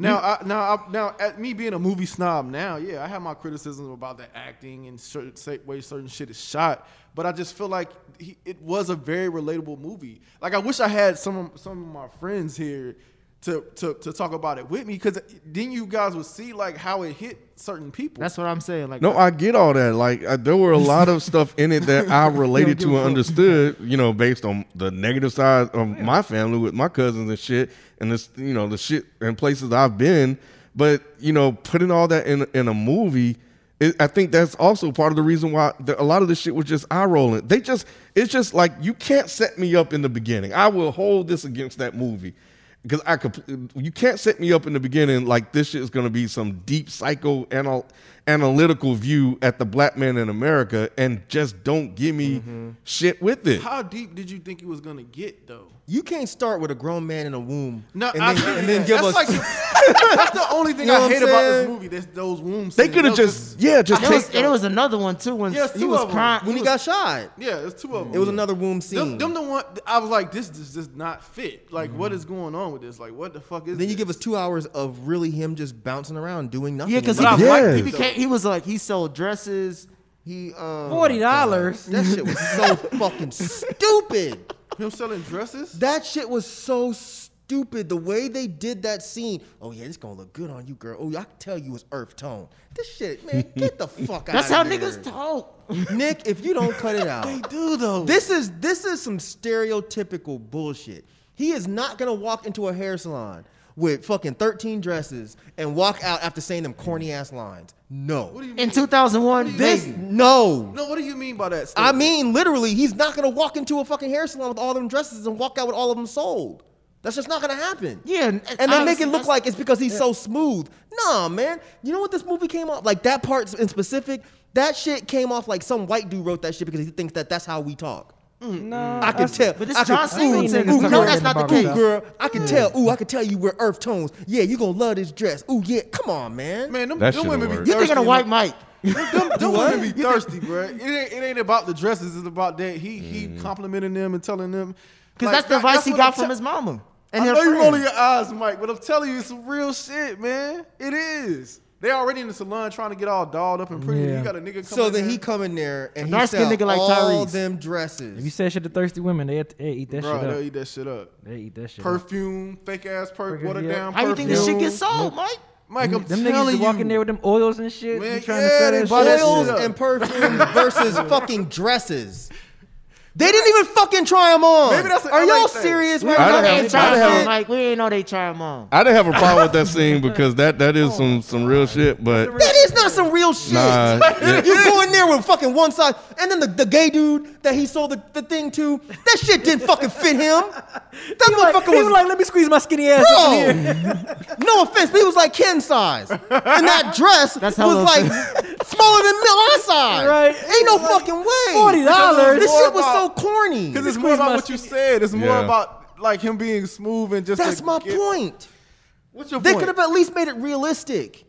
Now, I, now, I, now, at me being a movie snob, now, yeah, I have my criticisms about the acting and certain say- way certain shit is shot, but I just feel like he, it was a very relatable movie. Like I wish I had some of, some of my friends here to, to to talk about it with me, because then you guys would see like how it hit certain people.
That's what I'm saying. Like,
No, I get all that. Like I, there were a lot of stuff in it that I related to and understood. You know, based on the negative side of my family with my cousins and shit, and this you know the shit and places I've been. But you know, putting all that in in a movie. It, I think that's also part of the reason why the, a lot of this shit was just eye rolling. They just, it's just like you can't set me up in the beginning. I will hold this against that movie because I could. You can't set me up in the beginning like this shit is going to be some deep psycho anal, analytical view at the black man in America and just don't give me shit with it.
How deep did you think it was gonna get though?
You can't start with a grown man in a womb.
No,
and
I
then,
feel
and then
that.
give
that's
us.
like the, that's the only thing
You know
I
what
hate
I'm
about this
saying?
movie. That's those wombs.
they
sitting
could have
up.
just yeah, just
There
take
was, and there was another one too when
Yes,
he
two
was
of 'em.
crying.
when he
he
got shot,
yeah, there's two of them.
it was another womb scene. Mm-hmm.
Them, them the one I was like, this does just not fit. Like, what is going on with this? Like, what the fuck is?
then you
this?
give us two hours of really him just bouncing around doing nothing.
yeah, because he,
But I
became-
like
he
it,
though.
became. He was like he sold dresses. He uh,
Forty dollars.
that shit was so fucking stupid.
him selling dresses.
That shit was so stupid. The way they did that scene. Oh yeah, it's gonna look good on you, girl. Oh, I can tell you it's earth tone. This shit, man, get the fuck out.
That's how
here.
niggas talk.
Nick, if you don't cut it out,
They do though.
This is this is some stereotypical bullshit. He is not gonna walk into a hair salon with fucking 13 dresses and walk out after saying them corny ass lines. No.
what do you
In
mean?
2001,
This
maybe.
no.
no, what do you mean by that?
I
statement?
mean, literally, he's not gonna walk into a fucking hair salon with all them dresses and walk out with all of them sold. That's just not gonna happen.
Yeah,
and,
and-
they make
honestly,
it look
that's-
like it's because he's so smooth. Nah, man. You know what this movie came off like? That part in specific, that shit came off like some white dude wrote that shit because he thinks that that's how we talk.
Mm.
No,
I can tell.
But this
I
John
could-
Singleton
ooh,
is
ooh,
the
girl,
no, that's not the
Barbara
case.
Ooh, girl, I can tell. Ooh, I can tell you we're earth tones. Yeah, you gonna love this dress. Ooh, yeah, come on, man.
man, them,
That
them
should've
women be
worked.
thirsty.
You thinking of White Mike?
Them, them women be thirsty, bro. It ain't, it ain't about the dresses. It's about that he
Mm-hmm.
he complimenting them and telling them
Because
like,
that's the
that-
advice he
what
got
I'm
from
te-
his mama and
I
her
know you rolling
friend.
your eyes, Mike, but I'm telling you, it's some real shit, man. It is. They already in the salon trying to get all dolled up and pretty.
Yeah.
You got a nigga coming.
so then
in
he come in there and he
Dark-skinned
sell
nigga like
all
Tyrese.
them
If you
dresses.
said shit to thirsty women, they had to, they eat that
Bro,
shit
they'll
up.
eat that shit up.
They eat that shit. up.
Perfume, fake ass perf,
Perfume,
water
yeah.
down.
How you think this shit
perfume.
gets sold, Mike?
Mike, I'm
Them niggas
telling
just
you,
walking there with them oils and shit.
Man,
you trying
yeah,
to
they
sell
bought that
that shit.
shit
Oils
up.
and perfumes versus fucking dresses. They didn't even fucking try them on.
Maybe that's an
Are
LA
y'all
thing.
serious?
I
y'all
don't
They
have-
ain't
ain't
I
try
don't
trying
have-
them on,
to
Mike. We ain't know they try them on.
I didn't have a problem with that scene because that that is some some real shit, but
That is not some real shit.
Nah, it-
you go in there with fucking one side, and then the, the gay dude that he sold the, the thing to, that shit didn't fucking fit him. That motherfucker
Like, he
was
was like, let me squeeze my skinny ass. up in here."
bro. no offense, but he was like Ken size, and that dress
That's how
was
little-
like smaller than Miller's size.
Right.
Ain't no fucking way.
$40.
This
More
shit was so
about-
corny.
because it's more about what you said. It's more
Yeah.
about like him being smooth and just.
That's
to
my
get-
point.
What's your
They
point?
could have at least made it realistic.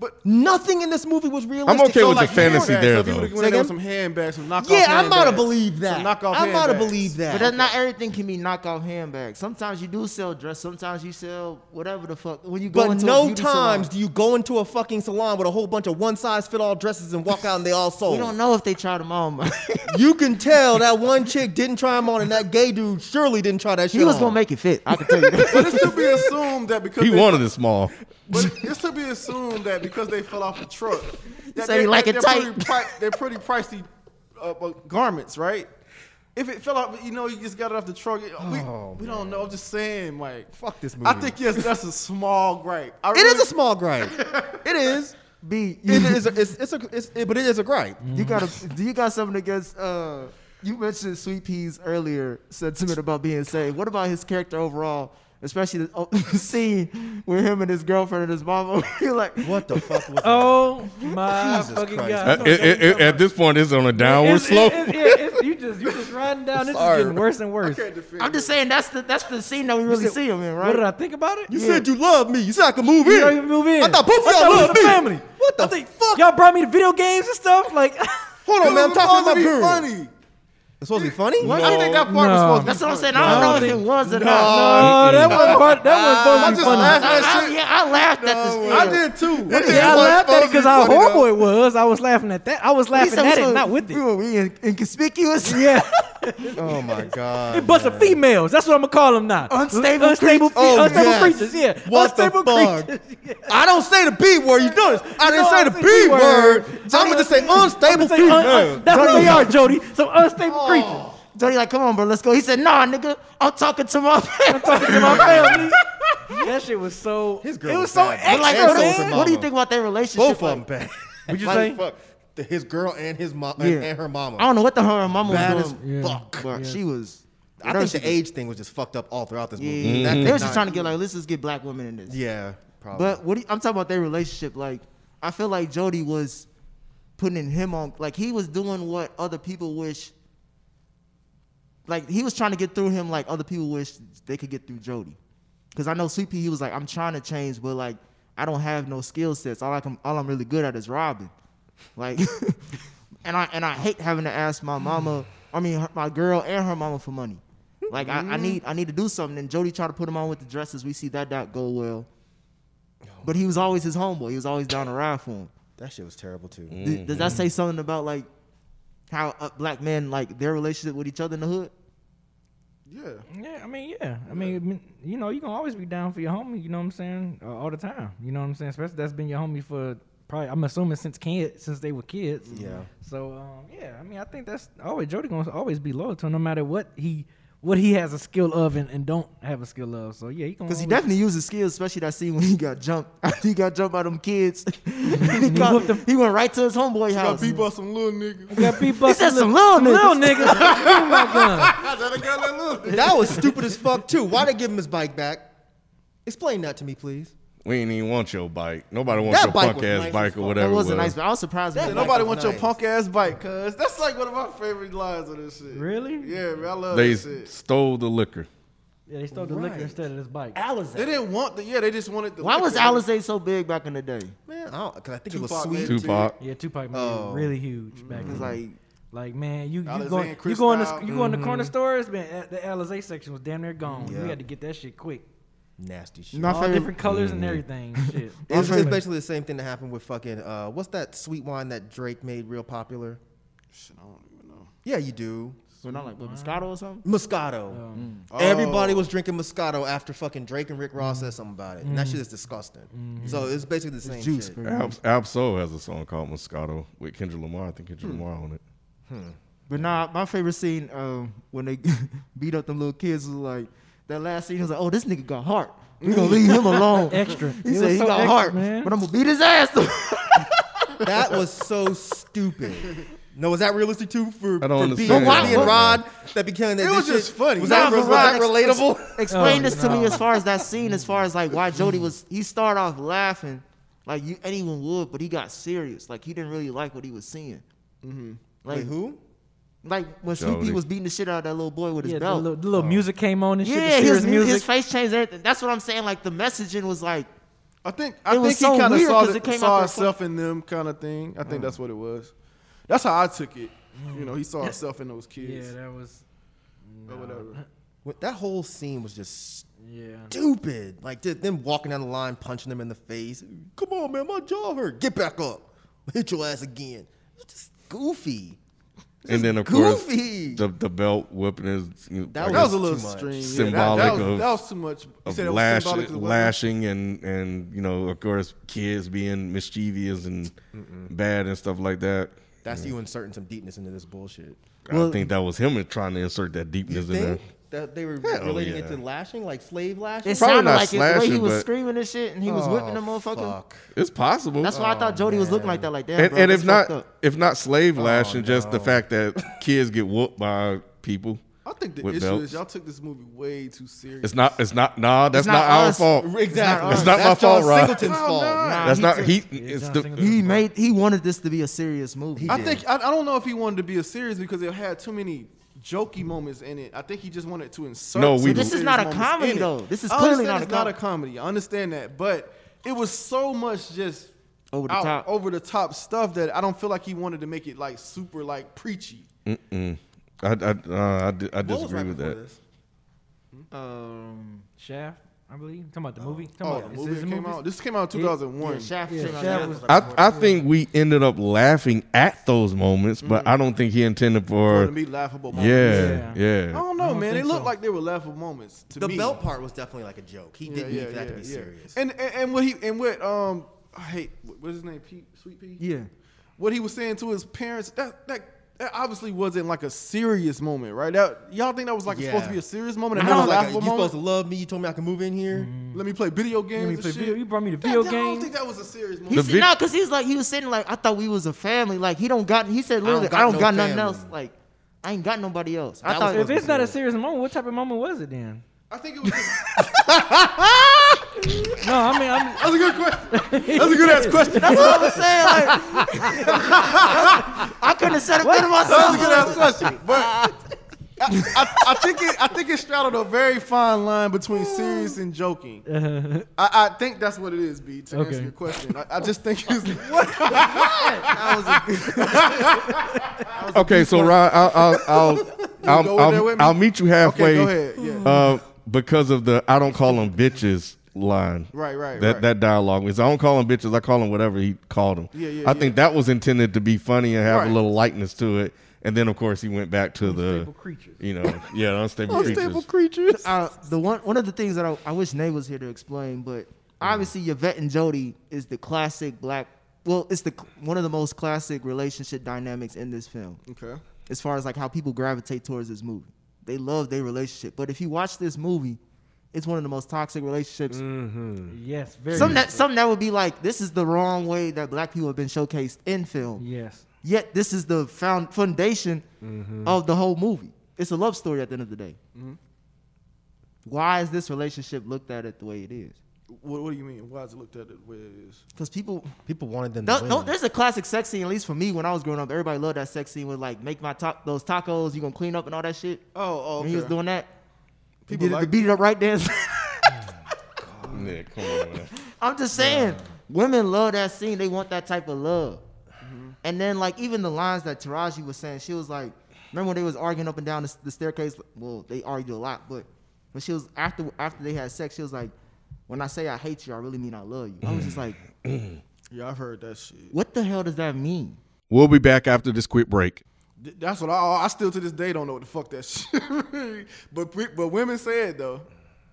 But
Nothing in this movie was realistic.
okay with
like,
the fantasy
yeah.
there,
If you
though.
would've went
Say
in there
again?
with some handbags, some knockoff.
Yeah, I might
handbags,
have believed that.
Some knockoff
I might have
handbags.
believed that.
But that's not everything can be knockoff handbags. Sometimes you do sell dress. Sometimes you sell whatever the fuck. When you go
But
into a
no
beauty
times
salon,
do you go into a fucking salon with a whole bunch of one size fit all dresses and walk out and they all sold.
we don't know if they tried them on. Mike.
You can tell that one chick didn't try them on and that gay dude surely didn't try that shit.
he was
on.
gonna make it fit. I can tell you. That.
But it's to be assumed that because
he
they-
wanted it small.
But it's to be assumed that because they fell off the truck, that
say you like it
they're
tight.
Pretty pri- they're pretty pricey uh, uh, garments, right? If it fell off, you know, you just got it off the truck. It- we we don't know. I'm just saying, like,
Oh, Fuck this
I
movie.
think yes, that's a small gripe. I
It is
really-
a small gripe. It is.
B, you,
It is. A, it's, it's a. It's, it, but it is a gripe.
you got a, do you got something against? Uh, you mentioned Sweet Peas earlier. Sentiment about being saved. What about his character overall? Especially the, oh, the scene with him and his girlfriend and his mama. You're like,
What the fuck was that?
Oh my fucking
Christ.
Uh,
god!
it- it- it- at this point, it's on a downward
It's-
slope.
it's- it's- it's- you just you just riding down. This is getting worse and worse.
Can't defend
I'm just saying that's the that's the scene that we really
said-
see him in, right?
What did I think about it?
You said you loved me. You said I could move
You know,
in.
you move in.
I thought both of
I
y'all
we was
loved
a
me.
family.
What the
I think,
fuck?
Y'all brought me to video games and stuff. Like,
Hold on,
it.
man.
It
I'm
was
talking to my
supposed to be
girl.
funny.
It's supposed to be funny.
I think that part was
No.
supposed to be
That's what I'm
funny.
saying. I don't
No,
know
they-
if it was or not.
no, that was part. That was
I
supposed to
just
be funny.
laughed
I,
at that
I-
shit.
yeah, I laughed at this.
I did too. That shit
Yeah, I
was
laughed at it
supposed to
because
be
how
funny, though.
horrible it was. I was laughing at that. I was laughing at it, not with
We
it.
were we in, inconspicuous.
Yeah,
Oh my god.
it bust of females. That's what I'm gonna call them now.
Unstable
unstable,
creatures.
fe-
Oh,
unstable
yes.
creatures. Yeah,
What the
unstable
fuck?
creatures. Yeah.
I don't say the B word. You notice I didn't
No,
say
I
the
said
B
B word.
word. I'm gonna just say unstable.
Say, un- un- that's what they are, Jody. Some unstable
Oh.
creatures.
Jody like, come on, bro, let's go. He said, nah, nigga, I'm talking to my family.
talking to my family. That shit was so.
His girl
it was,
was
so
bad.
extra,
Like,
That
bro,
girl was a
man.
mom.
what do you think about their relationship?
Both of them
Like,
bad.
What'd you
Like,
say?
Fuck. The- His girl and his mom
Yeah.
and, and her mama.
I don't know what the her and mama
Bad
was
as
doing.
fuck.
But she was.
I think the age thing was just fucked up all throughout this
Yeah,
movie. That
they
did
was just
not-
trying to get like, let's just get black women in this.
Yeah, probably.
But what do you, I'm talking about their relationship. Like, I feel like Jody was putting him on like he was doing what other people wish like he was trying to get through him like other people wish they could get through Jody. Cause I know Sweet Pea, he was like, I'm trying to change, but like I don't have no skill sets. All I can, all I'm really good at is robbing. Like and I and I hate having to ask my mama, I mean her, my girl and her mama for money. Like I, I need I need to do something. And Jody tried to put him on with the dresses. We see that not go well. But he was always his homeboy. He was always down to ride for him.
That shit was terrible too.
Th- Does that say something about like how uh, black men like their relationship with each other in the hood?
Yeah.
Yeah, I mean, yeah. I mean, I mean, you know, you can always be down for your homie, you know what I'm saying? Uh, all the time. You know what I'm saying? Especially that's been your homie for probably I'm assuming since kids, since they were kids.
Yeah.
So, um, yeah, I mean, I think that's always Jody going to always be loyal to him no matter what he what he has a skill of and, and don't have a skill of. So, yeah, he going
Because he definitely used his skills, especially that scene when he got jumped. After he got jumped by them kids, and he, caught-
whooped him.
he went right to his homeboy
Got
house.
beat by some little niggas.
got beat by
He said some
lit-
little niggas.
little niggas. Oh my God.
That was stupid as fuck too. Why they give him his bike back? Explain that to me, please.
We ain't even want your bike. Nobody wants
That
your
bike
punk
was
ass
nice as
bike
fuck.
or
That
whatever.
was a
it
nice. I was surprised.
That
when
nobody-
Nobody
was
wants your
nice.
punk ass bike, cuz. That's like one of my favorite lines of this shit.
Really?
Yeah, man, I love
They
that shit.
stole the liquor.
Yeah, they stole the liquor
Right.
instead of his bike.
They
Alize.
didn't want the yeah, they just wanted the
Why was
liquor.
Alizé so big back in the day?
Man, I don't, cause I think it was
Tupac,
sweet.
man.
Tupac.
Yeah, Tupac made
Oh.
it really huge back
It's
then. Like,
like
man, you
Alizé
you going
and
you going to,
Cristal.
you going to corner stores, man. at- The Alizé section was damn near gone.
Yeah.
We had to get that shit quick.
Nasty shit.
my
All
favorite.
different colors and everything. Shit.
It's,
favorite-
it's basically the same thing that happened with fucking uh, what's that sweet wine that Drake made real popular?
Shit, I don't even know.
Yeah, you do.
When I like with Moscato or something.
Moscato. Mm. Everybody was drinking Moscato after fucking Drake and Rick Ross said something about it. And that shit is disgusting. So it's basically the same
Juice,
shit.
bro.
Ab, Ab Soul has a song called Moscato with Kendrick Lamar. I think Kendrick Lamar on it.
But nah, my favorite scene um, when they beat up them little kids was like that last scene. Was like, oh, this nigga got heart. We gonna leave him alone.
Extra. It
He
was
said he
so
got
extra,
heart,
man.
but I'm gonna beat his ass.
That was so stupid. No, was that realistic too for,
I don't
for B,
understand
for
that.
B and Rod that became that?
It
this
was just
shit-
funny.
Was
Nah,
that,
but
was
Rod,
that
ex-
relatable?
Explain
Oh,
this to me
no. Mm.
as far as that scene, as far as like why Jody was. He started off laughing like you anyone would, but he got serious. Like he didn't really like what he was seeing. Like
Mm-hmm. Wait, who?
Like when Sweet Pea
Jody.
was beating the shit out of that little boy with his
yeah, the
belt.
little, the little music came on and shit.
yeah,
the serious
his, mu-
music.
his face changed everything. That's what I'm saying. Like the messaging was like
I think
It
I
was
think
so
he kind of
weird
saw,
'cause
the,
it came
saw
out the Uh-huh. fu-
himself in them kind of thing. I think that's what it was. That's how I took it. You know, he saw himself in those
yeah,
kids
that was.
or whatever.
What- That whole scene was just
Yeah.
stupid. Like th- them walking down the line, punching them in the face. Come on, man, my jaw hurt. Get back up. Hit your ass again. It was just goofy.
And then of
goofy.
course the the belt whipping is you know, I
That was
That was
guess,
a little
too much.
extreme. yeah.
Symbolic
that, that, was,
of-
that was too much. You
of
said it was
lash,
symbolic of what?
lashing and and you know of course kids being mischievous and bad and stuff like that.
That's you inserting some deepness into this bullshit.
I think that was him trying to insert that
You
deepness in there.
think that they were
Hell
relating
yeah.
it to lashing, like slave lashing?
it
Probably
sounded
not
like it, the way he
slashing,
was
but- Oh,
screaming and shit, and he was whipping the motherfucker.
Fuck.
It's possible.
That's why I thought Jody was looking like that. Like damn,
and,
bro,
and
that's
if not,
fucked up.
if not slave lashing, just the
no.
fact that kids get whooped by people.
I think the
with
issue
belts.
is y'all took this movie way too serious.
It's not. It's not. Nah, that's
not
not, our
us.
fault.
Exactly.
It's not my
That's John
fault, Rod.
Singleton's
How
fault.
not?
Nah,
That's
he
not.
took-
He.
Yeah,
It's
John
the.
Singleton.
He made he wanted this to be a serious movie.
He
I
did.
think I, I don't know if he wanted to be a series because it had too many jokey moments in it. I think he just wanted to insert.
No, we-
some
So this is
serious
not a
moments
comedy,
in it.
though. This is
I
clearly
understand
not a
it's not a comedy. I understand that, but it was so much just
Over the
out-
top.
over the top stuff that I don't feel like he wanted to make it like super like preachy.
I. I. Uh, I, di- I
What was
disagree
right
with
before
that.
this?
Um,
Shaft, I believe. Talking about the movie. Talking
Oh,
about
the
is
movie
this
that
the
came
movies?
out. This came out in 2001.
yeah, Shaft.
Yeah,
came out
Shaft
now.
was-
I, I think we ended up laughing at those moments, but I don't think he intended
Wanted
for.
to be laughable moments.
Yeah,
Yeah.
yeah.
I don't know, man. It
think
looked
so.
like they were laughable moments to
The
me.
belt part was definitely like a joke. He
Yeah,
didn't
yeah,
need for that to be
yeah, yeah.
serious.
And, and and what he and what um I hate what- what's his name Pete Sweet Pea
Yeah.
what he was saying to his parents that that, that obviously wasn't like a serious moment right that y'all think that was like
Yeah.
supposed to be a serious moment
I Mm.
and not
was
a
like,
laughable
you
moment
supposed to love me. You told me I could move in here.
let me play video games
me
and
play
shit.
video- you brought me to
That-
video
that- I don't
games.
think that was a serious
He
moment
The
said,
vid-
no, because he's like he was sitting like I thought we was a family. Like he don't got. He said literally, I don't got,
got no
nothing
family.
else. Like I ain't got nobody else. I
That was
thought
supposed
If it's not a serious moment, what type of moment was it then?
I think it was. Just,
No, I mean, I'm,
that's a good question. That's a good ass question. That's a
I was saying like I couldn't have said it better myself.
good ass question. But I, I, I think it, I think it straddled a very fine line between serious and joking. I, I think that's what it is, B. To answer
Okay.
your question, I, I just think it's
Okay, so Rod, I'll I'll I'll,
go
I'll,
in there with
I'll, I'll
me?
meet you halfway.
Okay, go ahead,
Uh, because of the I don't call them bitches line.
Right, right,
That
right.
that dialogue is I don't call them bitches. I call them whatever he called them.
Yeah, yeah,
I think that was intended to be funny and have
Right.
a little lightness to it. And then of course he went back to the creatures. You know, yeah, unstable, creatures.
creatures.
Uh, the one one of the things that I, I wish Nate was here to explain, but obviously Yvette and Jody is the classic black. Well, it's the one of the most classic relationship dynamics in this film,
okay.
as far as like how people gravitate towards this movie. They love their relationship, but if you watch this movie, it's one of the most toxic relationships.
oh, yes, very.
Some that some that would be like this is the wrong way that black people have been showcased in film.
yes.
Yet this is the found foundation
Mm-hmm.
of the whole movie. It's a love story at the end of the day. Why is this relationship looked at it the way it is?
What, what do you mean? Why is it looked at it the way it is?
Because people,
People wanted them.
no,
to
no,
win.
there's a classic sex scene. At least for me, when I was growing up, everybody loved that sex scene with like make my ta- those tacos. You gonna clean up and all that shit.
Oh, oh,
When he was
okay.
doing that, he did
People
it to
like-
beat it up right there.
Yeah, come on, man.
I'm just saying, women love that scene. They want that type of love.
Mm-hmm.
And then like even the lines that Taraji was saying, she was like, remember when they was arguing up and down the, the staircase? Well, they argued a lot, but when she was after after they had sex, she was like, when I say I hate you, I really mean I love you. I was just
Mm-hmm.
like,
Yeah, I've heard that shit.
what the hell does that mean?
We'll be back after this quick break.
Th- That's what I, I still to this day don't know what the fuck that shit. really- but pre- but women say it though.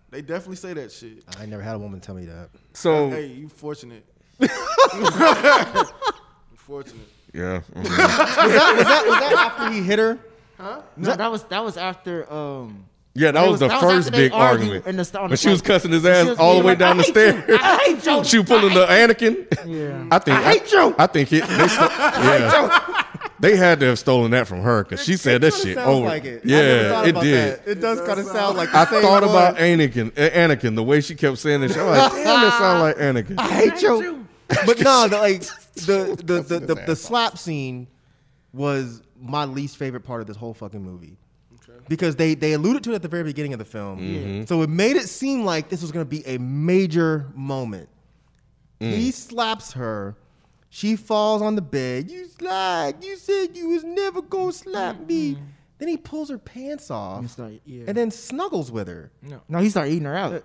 They definitely say that shit.
I never had a woman tell me that.
So
Hey, you fortunate. you fortunate.
yeah, mm-hmm.
Was that after he hit her?
No, that was that was after um.
yeah, that
it
was,
was-
the
that was
first
after they
big
argued
argument.
in the sta- on
when
the
she was
flight.
cussing his
she
ass
was
all the
being
way
like,
down the
"I hate you.
stairs.
I hate you.
you pulling the Anakin.
Yeah.
I think I
hate you.
I think it, they, sto- yeah. they had to have stolen that from her because she said that shit
Sounds
over.
like it. I
Yeah,
never thought
it
about
did.
that. It does kind of sound like. The
I
same
thought
one.
about Anakin, A- Anakin, the way she kept saying this. I'm like, damn, that sound like Anakin.
I hate you. But no, the, like the the the, the, the slap scene was my least favorite part of this whole fucking movie. Because they they alluded to it at the very beginning of the film,
Mm-hmm.
so it made it seem like this was going to be a major moment.
Mm.
He slaps her, she falls on the bed. You slide. You said you was never gonna slap me. Then he pulls her pants off,
It's like, yeah.
and then snuggles with her.
No, he started eating her out.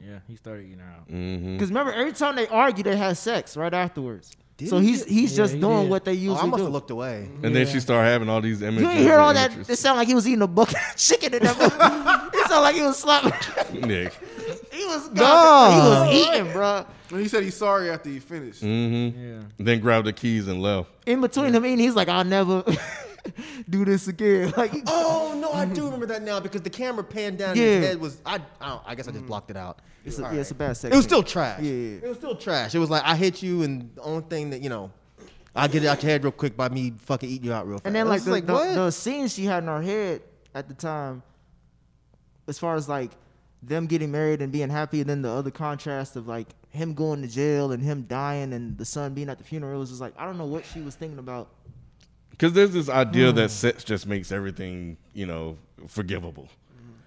Yeah, he started eating her out.
Because remember, every time they argue, they had sex right afterwards.
Did
so
he
he's he's
Yeah,
just
he
doing
did.
what they
Oh,
usually
I must
do.
have looked away.
And then she started having all these images.
you ain't hear all
and
that.
images.
It sounded like he was eating a bucket of chicken in that movie. It sounded like he was slapping.
Nick.
he was God, he was eating, bro.
And he said he's sorry after he finished.
Yeah.
Then grabbed the keys and left.
In between them eating, he's like, "I'll never do this again." Like,
Oh no, I do remember that now because the camera panned down.
Yeah.
and His head was I. I, don't, I guess I
Mm-hmm.
just blocked it out.
it's a,
All
yeah, it's a
right.
bad sex.
It was
scene.
still trash.
Yeah, yeah, yeah.
it was still trash. It was like I hit you, and the only thing that you know, I get it out your head real quick by me fucking eating you out real fast.
And then
I
like
was
the,
like
the,
what?
the scene she had in her head at the time, as far as like them getting married and being happy, and then the other contrast of like him going to jail and him dying and the son being at the funeral it was just like I don't know what she was thinking about.
Because there's this idea that sex just makes everything, you know, forgivable.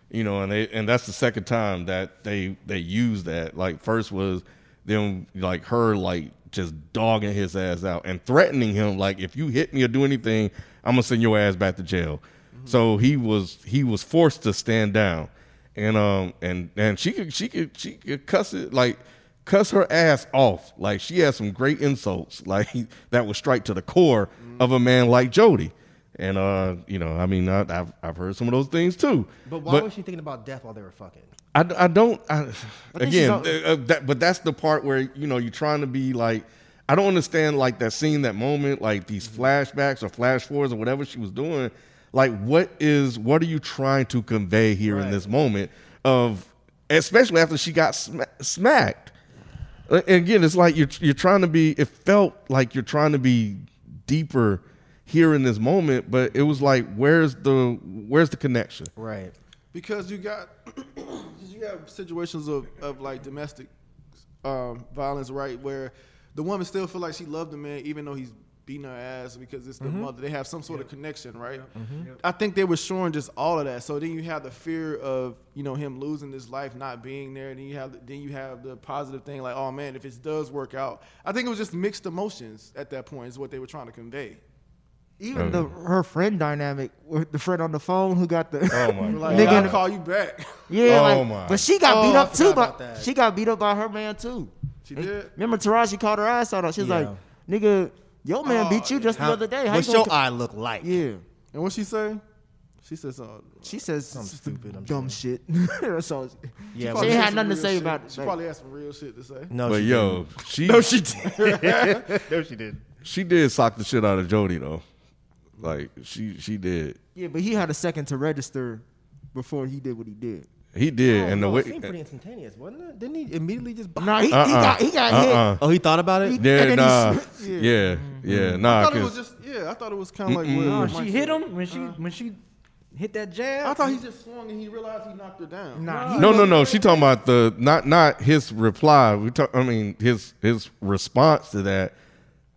You know, and they and that's the second time that they they used that. Like first was them like her like just dogging his ass out and threatening him like if you hit me or do anything, I'm gonna send your ass back to jail. So he was he was forced to stand down. And um and and she could she could she could cuss it like cuss her ass off. Like she had some great insults, like that would strike to the core
Mm-hmm.
of a man like Jody. And uh, you know, I mean, I, I've I've heard some of those things too.
but why was she thinking about death while they were fucking?
I, I don't I, again
all-
uh, uh, that, but that's the part where you know you're trying to be like I don't understand like that scene that moment like these flashbacks or flash forwards or whatever she was doing like what is what are you trying to convey here in this moment of especially after she got sma- smacked and again it's like you're you're trying to be it felt like you're trying to be deeper here in this
Oh,
moment but it was like where's the where's the connection
Right.
Because you got you have situations of, of like domestic um, violence, right, where the woman still feel like she loved the man even though he's beating her ass because it's the mother. They have some sort of connection, right? I think they were showing just all of that. So then you have the fear of you know him losing his life, not being there. Then you have the, then you have the positive thing like, oh man, if it does work out. I think it was just mixed emotions at that point is what they were trying to convey.
Even
Oh.
the her friend dynamic, with the friend on the phone who got the
Oh my
Like,
Nigga,
I'll
no.
call you back.
yeah,
Oh
like-
my.
but she got
Oh,
beat
I
up too.
forgot about
But
that.
she got beat up by her man too.
she did.
Remember Taraji called her ass out on. She's like, "Nigga, your man
Oh,
Uh,
beat you just
How-
the other day. How
What's
you gonna
your
co-
eye look like?
Yeah,
And what she say? She said something.
she says
Some stupid, I'm
dumb shit. That's all.
Yeah,
She
but-
ain't
had
had nothing to
some
say
real
about
shit.
it.
She
Like,
probably had some real shit to say.
no,
But
she
yo, she
did. no, she did.
she did sock the shit out of Jody though. Like she she did.
yeah, but he had a second to register before he did what he did.
He did, and the
no, it seemed
way
Oh, pretty instantaneous, wasn't it? Didn't he immediately just? Buy?
Nah, he, he
Uh-uh.
got he got
Uh-uh.
Oh, he thought about it.
He-
yeah,
and
nah,
then he sw-
yeah,
yeah.
yeah,
I
nah,
thought it was
cause
just yeah. I thought it was kind of like
No,
what
Oh, she hit him when she when she hit that jab.
I thought he just swung and he realized he knocked her down.
Nah,
no, no, no. She talking about the not not his reply. We talk, I mean his his response to that.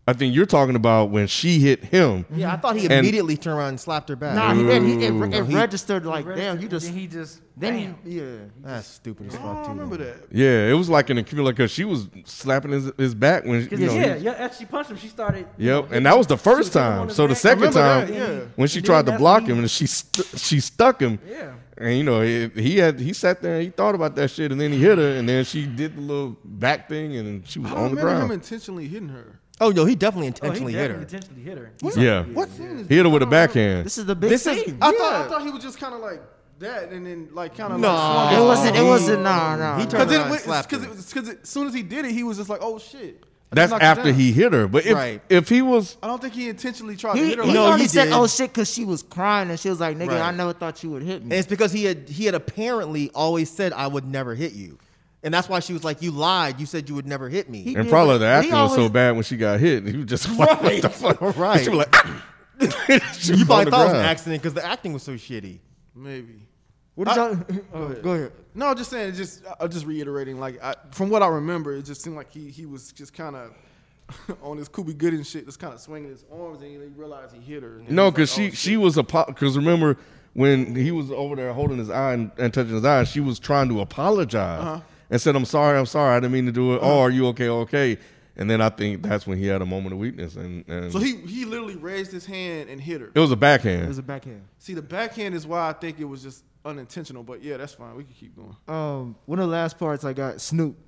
I think you're talking about when she hit him.
yeah, I thought he
And-
immediately turned around and slapped her back.
Nah, he didn't. He, it, it
He-
registered like, damn, you
And
just
then he just
then
damn.
he- yeah.
That's stupid as fuck.
I
too,
don't remember
man.
that.
Yeah, it was like an accumulator because she was slapping his, his back when you
Cause
know,
yeah,
he-
yeah, after she punched him, she started.
Yep, and that was the
was
first
hitting him on
time.
his
So the
back.
second
Remember
time,
that, yeah.
when she
And
tried
then
to
that's
block
when he-
him and she st- she stuck him.
Yeah. Oh,
And you know he, he had he sat there and he thought about that shit and then he hit her and then she did the little back thing and she was
I
on
don't
the
remember him
ground.
intentionally hitting her.
Oh no, he
Oh, he
definitely intentionally hit
definitely
her.
intentionally hit her.
yeah,
What scene is
he hit her with
I
a
don't
backhand.
This is the big
This is-
thing.
remember. I thought I thought he was just kind of like that and then like kind of
No.
like
it
Oh,
wasn't. It
he-
wasn't. Nah, nah.
he
nah.
turned
because
around and slapped her.
because as soon as he did it he was just like oh shit. I
That's
knocked her
after
down.
he hit her. But if
Right.
if he was
I don't think he intentionally tried to
He,
hit her.
he
like
No,
that.
only
he
said,
did.
"Oh shit," because she was crying and she was like, "Nigga,
Right.
I never thought you would hit
And
me."
it's because he had he had apparently always said I would never hit you, and that's why she was like, "You lied. You said you would never hit me."
He-
and
did,
probably
but
the
he
acting was so
always-
bad when she got hit, he was just like, what the fuck?
Right.
And she was like, she
you
was on
probably
the
thought it was an
ground.
accident because the acting was so shitty.
Maybe.
what did
I-
y'all? go ahead.
No, I'm just saying. it's Just I- I'm just reiterating. Like I, from what I remember, it just seemed like he he was just kind of on his Kobe Gooden shit, just kind of swinging his arms, and he realized he hit her. and
No,
he was
oh,
because
like, oh,
she she was a because remember when he was over there holding his eye and, and touching his eye, she was trying to apologize
Uh-huh.
and said, "I'm sorry, I'm sorry, I didn't mean to do it." Oh, are you okay? Okay. And then I think that's when he had a moment of weakness, and, and
"Oh, shit." So he he literally raised his hand and hit her.
it was a backhand.
It was a backhand.
See, the backhand is why I think it was just unintentional. But yeah, that's fine. We can keep going.
Um, one of the last parts I got Snoop.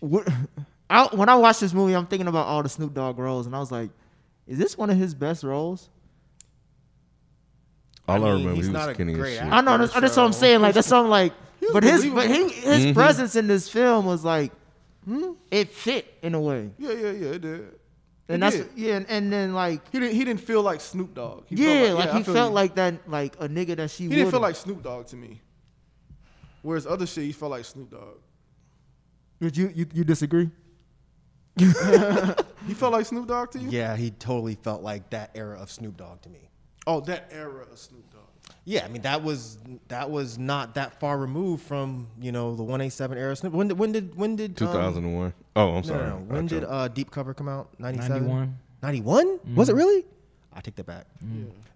What? I, when I watched this movie, I'm thinking about all the Snoop Dogg roles, and I was like, "Is this one of his best roles?"
All I,
I mean,
remember,
he's
he was
not a
skinny as
great
shit.
actor.
I know that's, that's what I'm saying. Like that's something like,
was
but his but he,
believable.
his presence in this film was like,
Hmm?
it fit in a way,
Yeah, yeah, yeah. It did.
and
It
that's
did.
yeah, and, and then like
he didn't he didn't feel like Snoop Dogg. He felt
yeah, like,
I
he
feel
felt
you.
like that like a nigga that she
he didn't feel
would've.
like Snoop Dogg to me. Whereas other shit, he felt like Snoop Dogg.
Did you you, you disagree?
He felt like Snoop Dogg to you?
Yeah, he totally felt like that era of Snoop Dogg to me.
Oh, that era of Snoop Dogg.
Yeah, I mean that was that was not that far removed from you know the one eight seven era. Snoop. When did when did when did um,
2001. oh, I'm
no,
sorry.
no, no.
I
When did
jumped.
uh, Deep Cover come out? 97?
91.
91? Was it really? I take that back.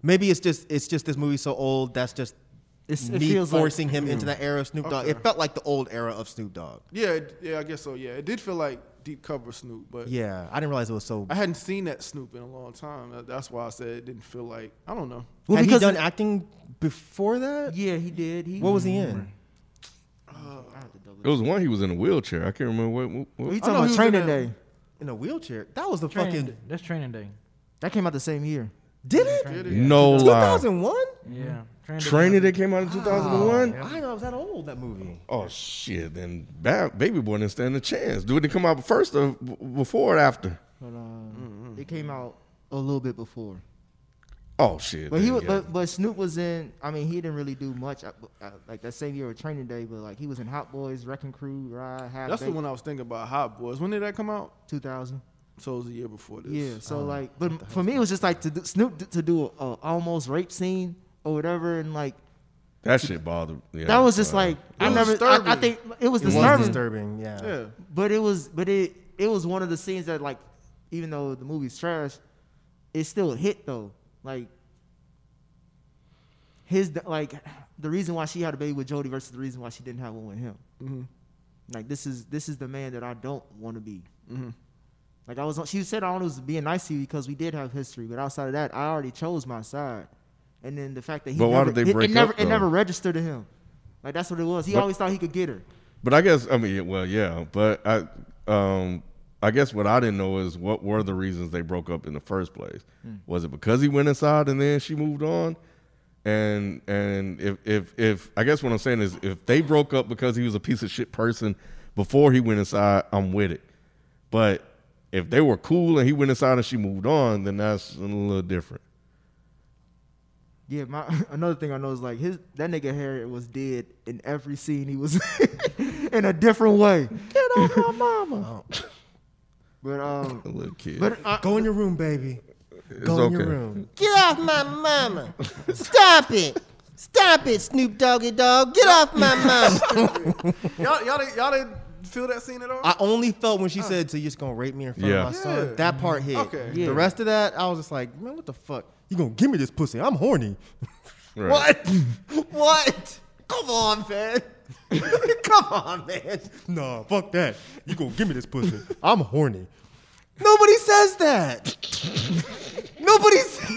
Maybe it's just it's just this movie's so old that's just
It's- it
me
feels like-
forcing him into that era of Snoop Dogg. It felt like the old era of Snoop Dogg.
Yeah, it- yeah, I guess so. Yeah, it did feel like deep cover Snoop, but
Yeah, I didn't realize it was so.
I hadn't seen that Snoop in a long time. That- That's why I said it didn't feel like I don't know.
Well,
Had he
because
done
it-
acting before that?
Yeah, he did. He
What was he in?
it was one he was in a wheelchair. I can't remember what. what, what-
What you
know
talking
he
about?
was
Training
in a-
Day.
In a wheelchair. That was the
Training,
fucking.
that's training day.
That came out the same year.
Did it?
no lie.
2001?
Yeah, training. Day.
Training that came out
Oh,
in 2001.
I didn't know it was that old, that movie.
Oh shit! Then ba- baby boy didn't stand a chance. Do it come out first or b- before or after?
But uh,
Mm,
it came out a little bit before.
Oh shit!
But he,
then,
was,
yeah.
but, but Snoop was in. I mean, he didn't really do much. uh, uh, Like that same year of Training Day, but like he was in Hot Boys, Wrecking Crew, Ride, Half
That's the
Baked,
one I was thinking about. Hot Boys. When did that come out?
2000.
So it was the year before this.
Yeah. So like, but for me, it was just like to do, Snoop d- to do a, a almost rape scene or whatever, and like
That shit bothered. Yeah,
That was just
uh,
like I
was
never. I, I
disturbing.
think it was
It was
disturbing,
disturbing. Yeah.
Yeah.
but it was but it it was one of the scenes that like even though the movie's trash, it still hit though. Like his like the reason why she had a baby with Jody versus the reason why she didn't have one with him.
Mm-hmm.
Like this is this is the man that I don't want to be.
Mm-hmm.
Like I was, she said I was being nice to you because we did have history, but outside of that, I already chose my side. And then the fact that he
But why
never,
did they
it-
break
it, never
up,
it
though?
never registered to him. Like that's what it was. He
But-
always thought he could get her.
But I guess I mean, well, yeah. But I, um, I guess what I didn't know is what were the reasons they broke up in the first place.
Hmm.
Was it because he went inside and then she moved on? And and if if if I guess what I'm saying is if they broke up because he was a piece of shit person before he went inside, I'm with it. But if they were cool and he went inside and she moved on, then that's a little different.
Yeah, my another thing I know is like his that nigga Harriet was dead in every scene he was in, in a different way. Get off my mama. but um,
A little kid.
but I,
Go in your room, baby.
it's
Go in your
okay.
room.
Get off my mama. Stop it. Stop it, Snoop Doggy Dog. Get off my mama.
Y'all, y'all, didn't, y'all didn't feel that scene at all?
I only felt when she said, "So you just gonna rape me in front
Yeah.
of my son."
Yeah. Mm-hmm.
That part hit.
Okay.
Yeah.
The rest of that, I was just like, "Man, what the fuck? You gonna give me this pussy? I'm horny."
Right.
What? what? Come on, man. Come on, man. Nah, fuck that. You gonna give me this pussy? I'm horny. Nobody says that. nobody. s-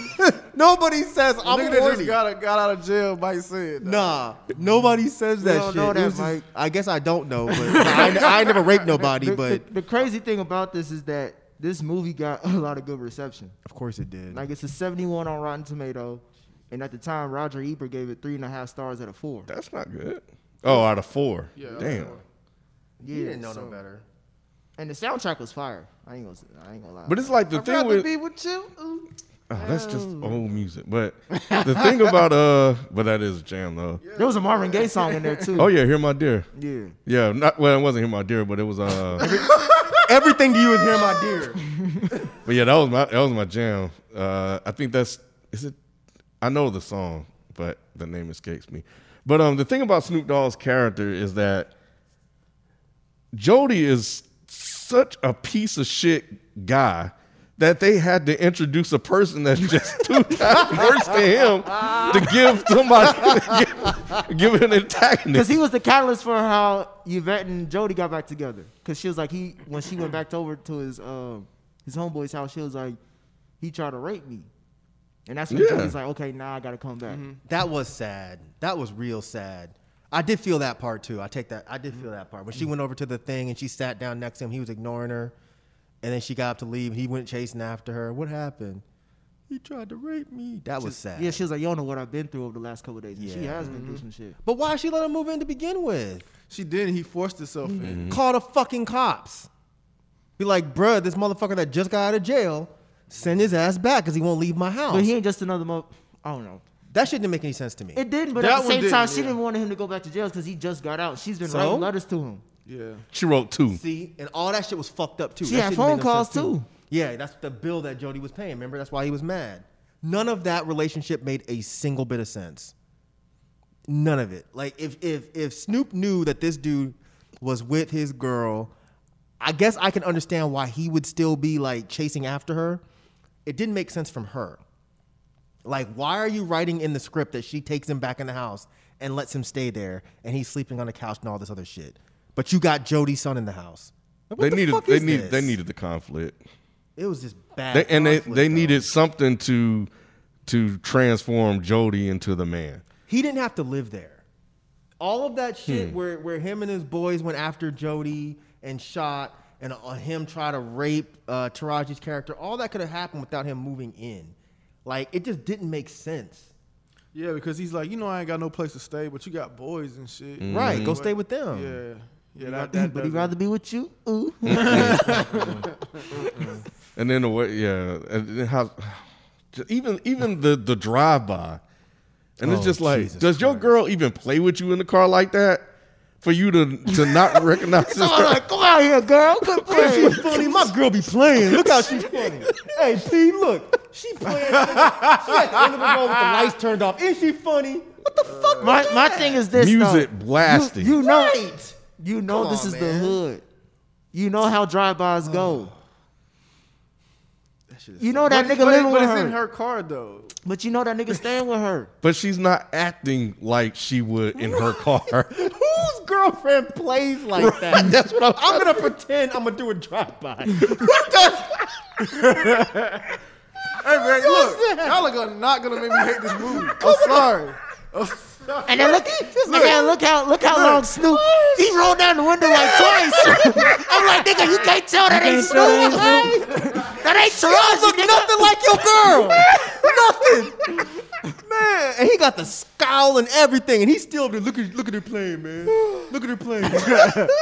nobody says
The
I'm
nigga that
horny.
just got, got out of jail, Mike said. Nah.
Nah, nobody says that
don't
shit.
know
It
that,
was just-
Mike.
I guess I don't know, but I, I ain't never raped nobody.
the,
But
the, the crazy thing about this is that this movie got a lot of good reception.
of course it did.
Like it's a 71 on Rotten Tomato, and at the time Roger Ebert gave it three and a half stars out of four.
That's not good. Oh, out of four. Yeah, Damn.
Yeah, so-
better.
And the soundtrack was fire. I ain't gonna I ain't gonna lie.
But it's like the
I'd
thing
rather
with
be with you. Ooh.
Oh, that's just old music. But the thing about uh, but that is a jam though.
there was a Marvin Gaye song in there too.
Oh yeah, hear my dear.
yeah.
Yeah, not well. It wasn't hear my dear, but it was uh.
Everything to you is here, my dear.
but yeah, that was my that was my jam. Uh, I think that's is it. I know the song, but the name escapes me. But um, the thing about Snoop Dogg's character is that Jody is such a piece of shit guy that they had to introduce a person that's just two times worse than him to give somebody give, give an
Because
antagonist.
he was the catalyst for how Yvette and Jody got back together. Because she was like, he when she went back over to his um his homeboy's house, she was like, he tried to rape me, and that's when
Yeah.
Jody's like, okay, now I gotta come back.
That was sad. That was real sad. I did feel that part too. I take that. I did feel that part when she went over to the thing and she sat down next to him. He was ignoring her, and then she got up to leave. He went chasing after her. What happened? He tried to rape me. That was sad.
Yeah, she was like, you don't know what I've been through over the last couple of days. And she
Yeah.
has been through some shit.
but why she let him move in to begin with?
She didn't. He forced himself in.
Call the fucking cops. Be like, bruh, this motherfucker that just got out of jail, send his ass back because he won't leave my house.
But he ain't just another mo. I don't know.
that shit didn't make any sense to me.
It didn't, but
That
at the
one
same
didn't,
time, she
yeah.
didn't want him to go back to jail because he just got out. She's been
So?
writing letters to him.
Yeah.
She wrote two.
See, and all that shit was fucked up too.
She
That
had
shit
phone
made no sense,
calls, too.
Yeah, that's the bill that Jody was paying. Remember, that's why he was mad. None of that relationship made a single bit of sense. None of it. Like if if if Snoop knew that this dude was with his girl, I guess I can understand why he would still be like chasing after her. It didn't make sense from her. Like, why are you writing in the script that she takes him back in the house and lets him stay there and he's sleeping on the couch and all this other shit? But you got Jody's son in the house. Like, what
They
the
needed
fuck
they
is
needed they
this?
needed the conflict.
It was just bad.
They, and they
conflict,
they
though.
needed something to to transform Jody into the man.
He didn't have to live there. All of
Hmm.
that shit where where him and his boys went after Jody and shot and uh, him try to rape uh, Taraji's character. All that could have happened without him moving in. Like it just didn't make sense.
Yeah, because he's like, you know, I ain't got no place to stay, but you got boys and shit.
Mm-hmm.
Mm-hmm.
Right? Go
But-
stay with them.
Yeah. Yeah, that, that
But he'd
doesn't-
rather be with you. Ooh.
And then the way, yeah, and then how, even even the the drive by, and it's
Oh,
just like,
Jesus
does your
Christ.
girl even play with you in the car like that for you to to not recognize? this girl?
Go out here, girl. Good play.
She's funny. My girl be playing. Look how she's funny. Hey, P, look. She playing. She at the end of the road with the lights turned off. Is she funny? What
the fuck?
My my thing is this
Music
though.
blasting.
You, you know,
Right.
you know
Come
this
on,
is the
man.
hood. You know how drive-bys go. You know that
But-
nigga
but, it-
living
but
with
it's
her,
in her car though.
but you know that nigga staying with her.
But she's not acting like she would in her car.
Whose girlfriend plays like that? That's what I'm. I'm gonna pretend I'm gonna do a drive by.
Hey man, look, y'all are gonna, not gonna make me hate this movie. I'm sorry. I'm sorry.
And then look, and then look how look how long Snoop he rolled down the window like twice. I'm like, nigga, you can't tell that ain't Snoop. That ain't Taraji. Look nothing like your girl.
Man, and he got the scowl and everything, and he still be look at look at her playing, man. Look at her playing. look,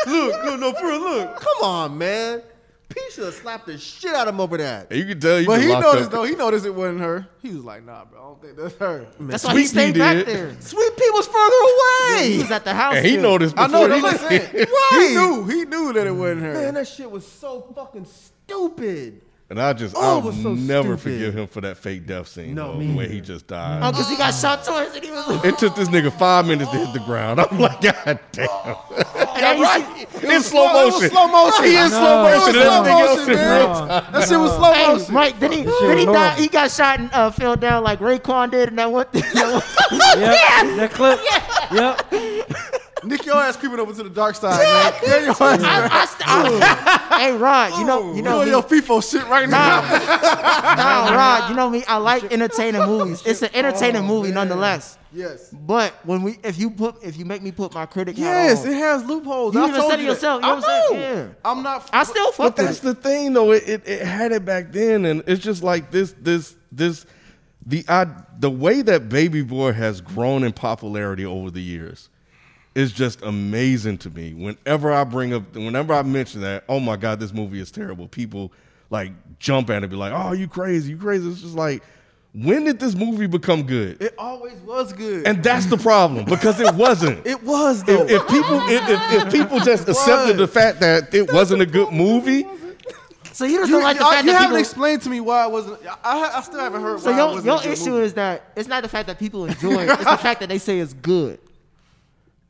look, no, for real, look. Come on, man. P should have slapped the shit out of him over that.
you can tell you
But
been
he
locked
noticed
up.
though. He noticed it wasn't her. He was like, nah, bro. I don't think that's her.
That's why he
Sweet Pea
stayed back
did.
there.
Sweet Pea was further
He
away.
was at the house.
And he
still.
noticed before
I know.
he
That's what I'm saying. He knew. He knew that it wasn't her.
Man, that shit was so fucking stupid.
And I just,
Oh, it
I'll
was so
never
stupid.
forgive him for that fake death scene.
No,
No,
me
the way he just died.
Oh, cause he got shot twice and he was.
It took this nigga five minutes to hit the ground. I'm like, God damn.
And then you see-
in slow
It was
motion.
slow motion. He in slow
No.
motion.
It was slow
Everything else
motion,
in
man.
real time. Oh, That shit was slow
Hey,
motion.
right. Then he
shit
then he
was
died.
horrible.
He got shot and uh, fell down like Raekwon did, and that one. Thing,
Yep, that clip. Yep.
Nick your ass creeping over to the dark side, man. Yeah, your ass.
I, I, st- I- hey Rod, you know you know
doing
me.
your FIFO shit right now.
Nah, Rod, you know me. I like entertaining movies. It's an entertaining movie nonetheless.
Yes.
But when we, if you put, if you make me put my critic hat
Yes,
on,
it has loopholes.
You
I
even
told
said it
that.
yourself. You know
I
what I'm saying?
know.
Yeah.
I'm not.
I still
But
fuck with
that's
it.
the thing, though. It, it it had it back then, and it's just like this this this the I, the way that Baby Boy has grown in popularity over the years is just amazing to me. Whenever I bring up, whenever I mention that, oh my god, this movie is terrible. People like jump at it, be like, oh, you crazy, you crazy. It's just like, when did this movie become good?
It always was good.
and that's the problem because it wasn't.
it was though.
if, if people if, if, if people just accepted the fact that it wasn't a good movie,
so you just
you
don't like the
y'all-
fact
you
that
haven't
people.
explained to me why it wasn't. I- I, I still haven't heard.
so
why
your,
it
your
wasn't
issue is that it's not the fact that people enjoy it. It's the fact that they say it's good.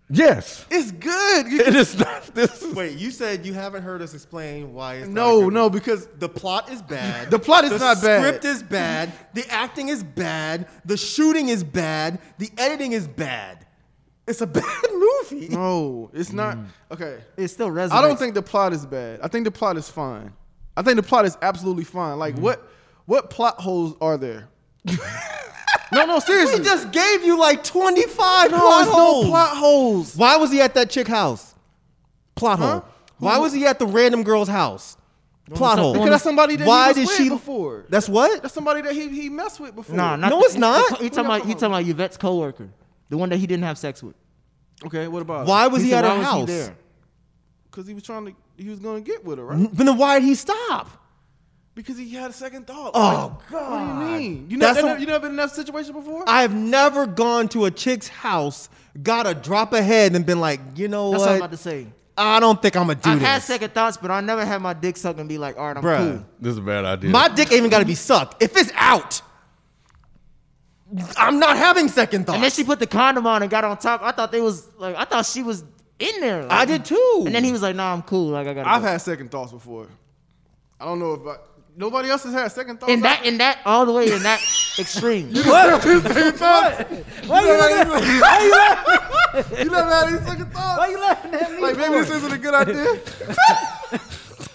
yes,
it's good. You-
it is not. This is,
Wait, you said you haven't heard us explain why it's not a
no,
good
no, because
The plot is bad.
The plot is not bad.
The script is bad. The acting is bad. The shooting is bad. The editing is bad. It's a bad movie.
no, it's
Mm.
not. Okay,
It still resonates.
I don't think the plot is bad. I think the plot is fine. I think the plot is absolutely fine.
Mm-hmm.
Like what what plot holes are there? no,
Oh,
no, seriously.
He just gave you like 25
no,
plot
it's
holes.
no plot holes.
Why was he at that chick house? Plot
Huh?
hole. Why was he at the random girl's house? Plot hole.
Because that's somebody that he
Why
was
did
with
she
before.
That's what?
That's somebody that he he messed with before.
Nah, not
No,
the-
it's not.
the- You talking about you talking about Yvette's coworker, the one that he didn't have sex with.
Okay, what about?
Why was he,
said,
at
"Why
her
was he
house?
there?"
Because he was trying to he was gonna get with her,
Mm-hmm.
right?
But then why did he stop?
Because he had a second thought.
Oh,
Like, What do you mean? You
That's
never,
a-
you never been in that situation before?
I have never gone to a chick's house, got a drop ahead, and been like, you know
That's what, I'm
what?
about to say.
I don't think I'm gonna do
I
this.
had second thoughts, but I never had my dick sucked and be like, all right, I'm
Bruh.
cool.
this is a bad idea.
My dick ain't even gotta be sucked. If it's out, I'm not having second thoughts.
And then she put the condom on and got on top. I thought they was like, I thought she was in there.
I
like-
did too.
And then he was like, "Nah, I'm cool. Like I got."
I've had second thoughts before. I don't know if I, nobody else has had second thoughts.
in that in that all the way in that extreme.
Why you looking at-
You never had any second thoughts.
why you laughing at me?
Like maybe this isn't a good idea.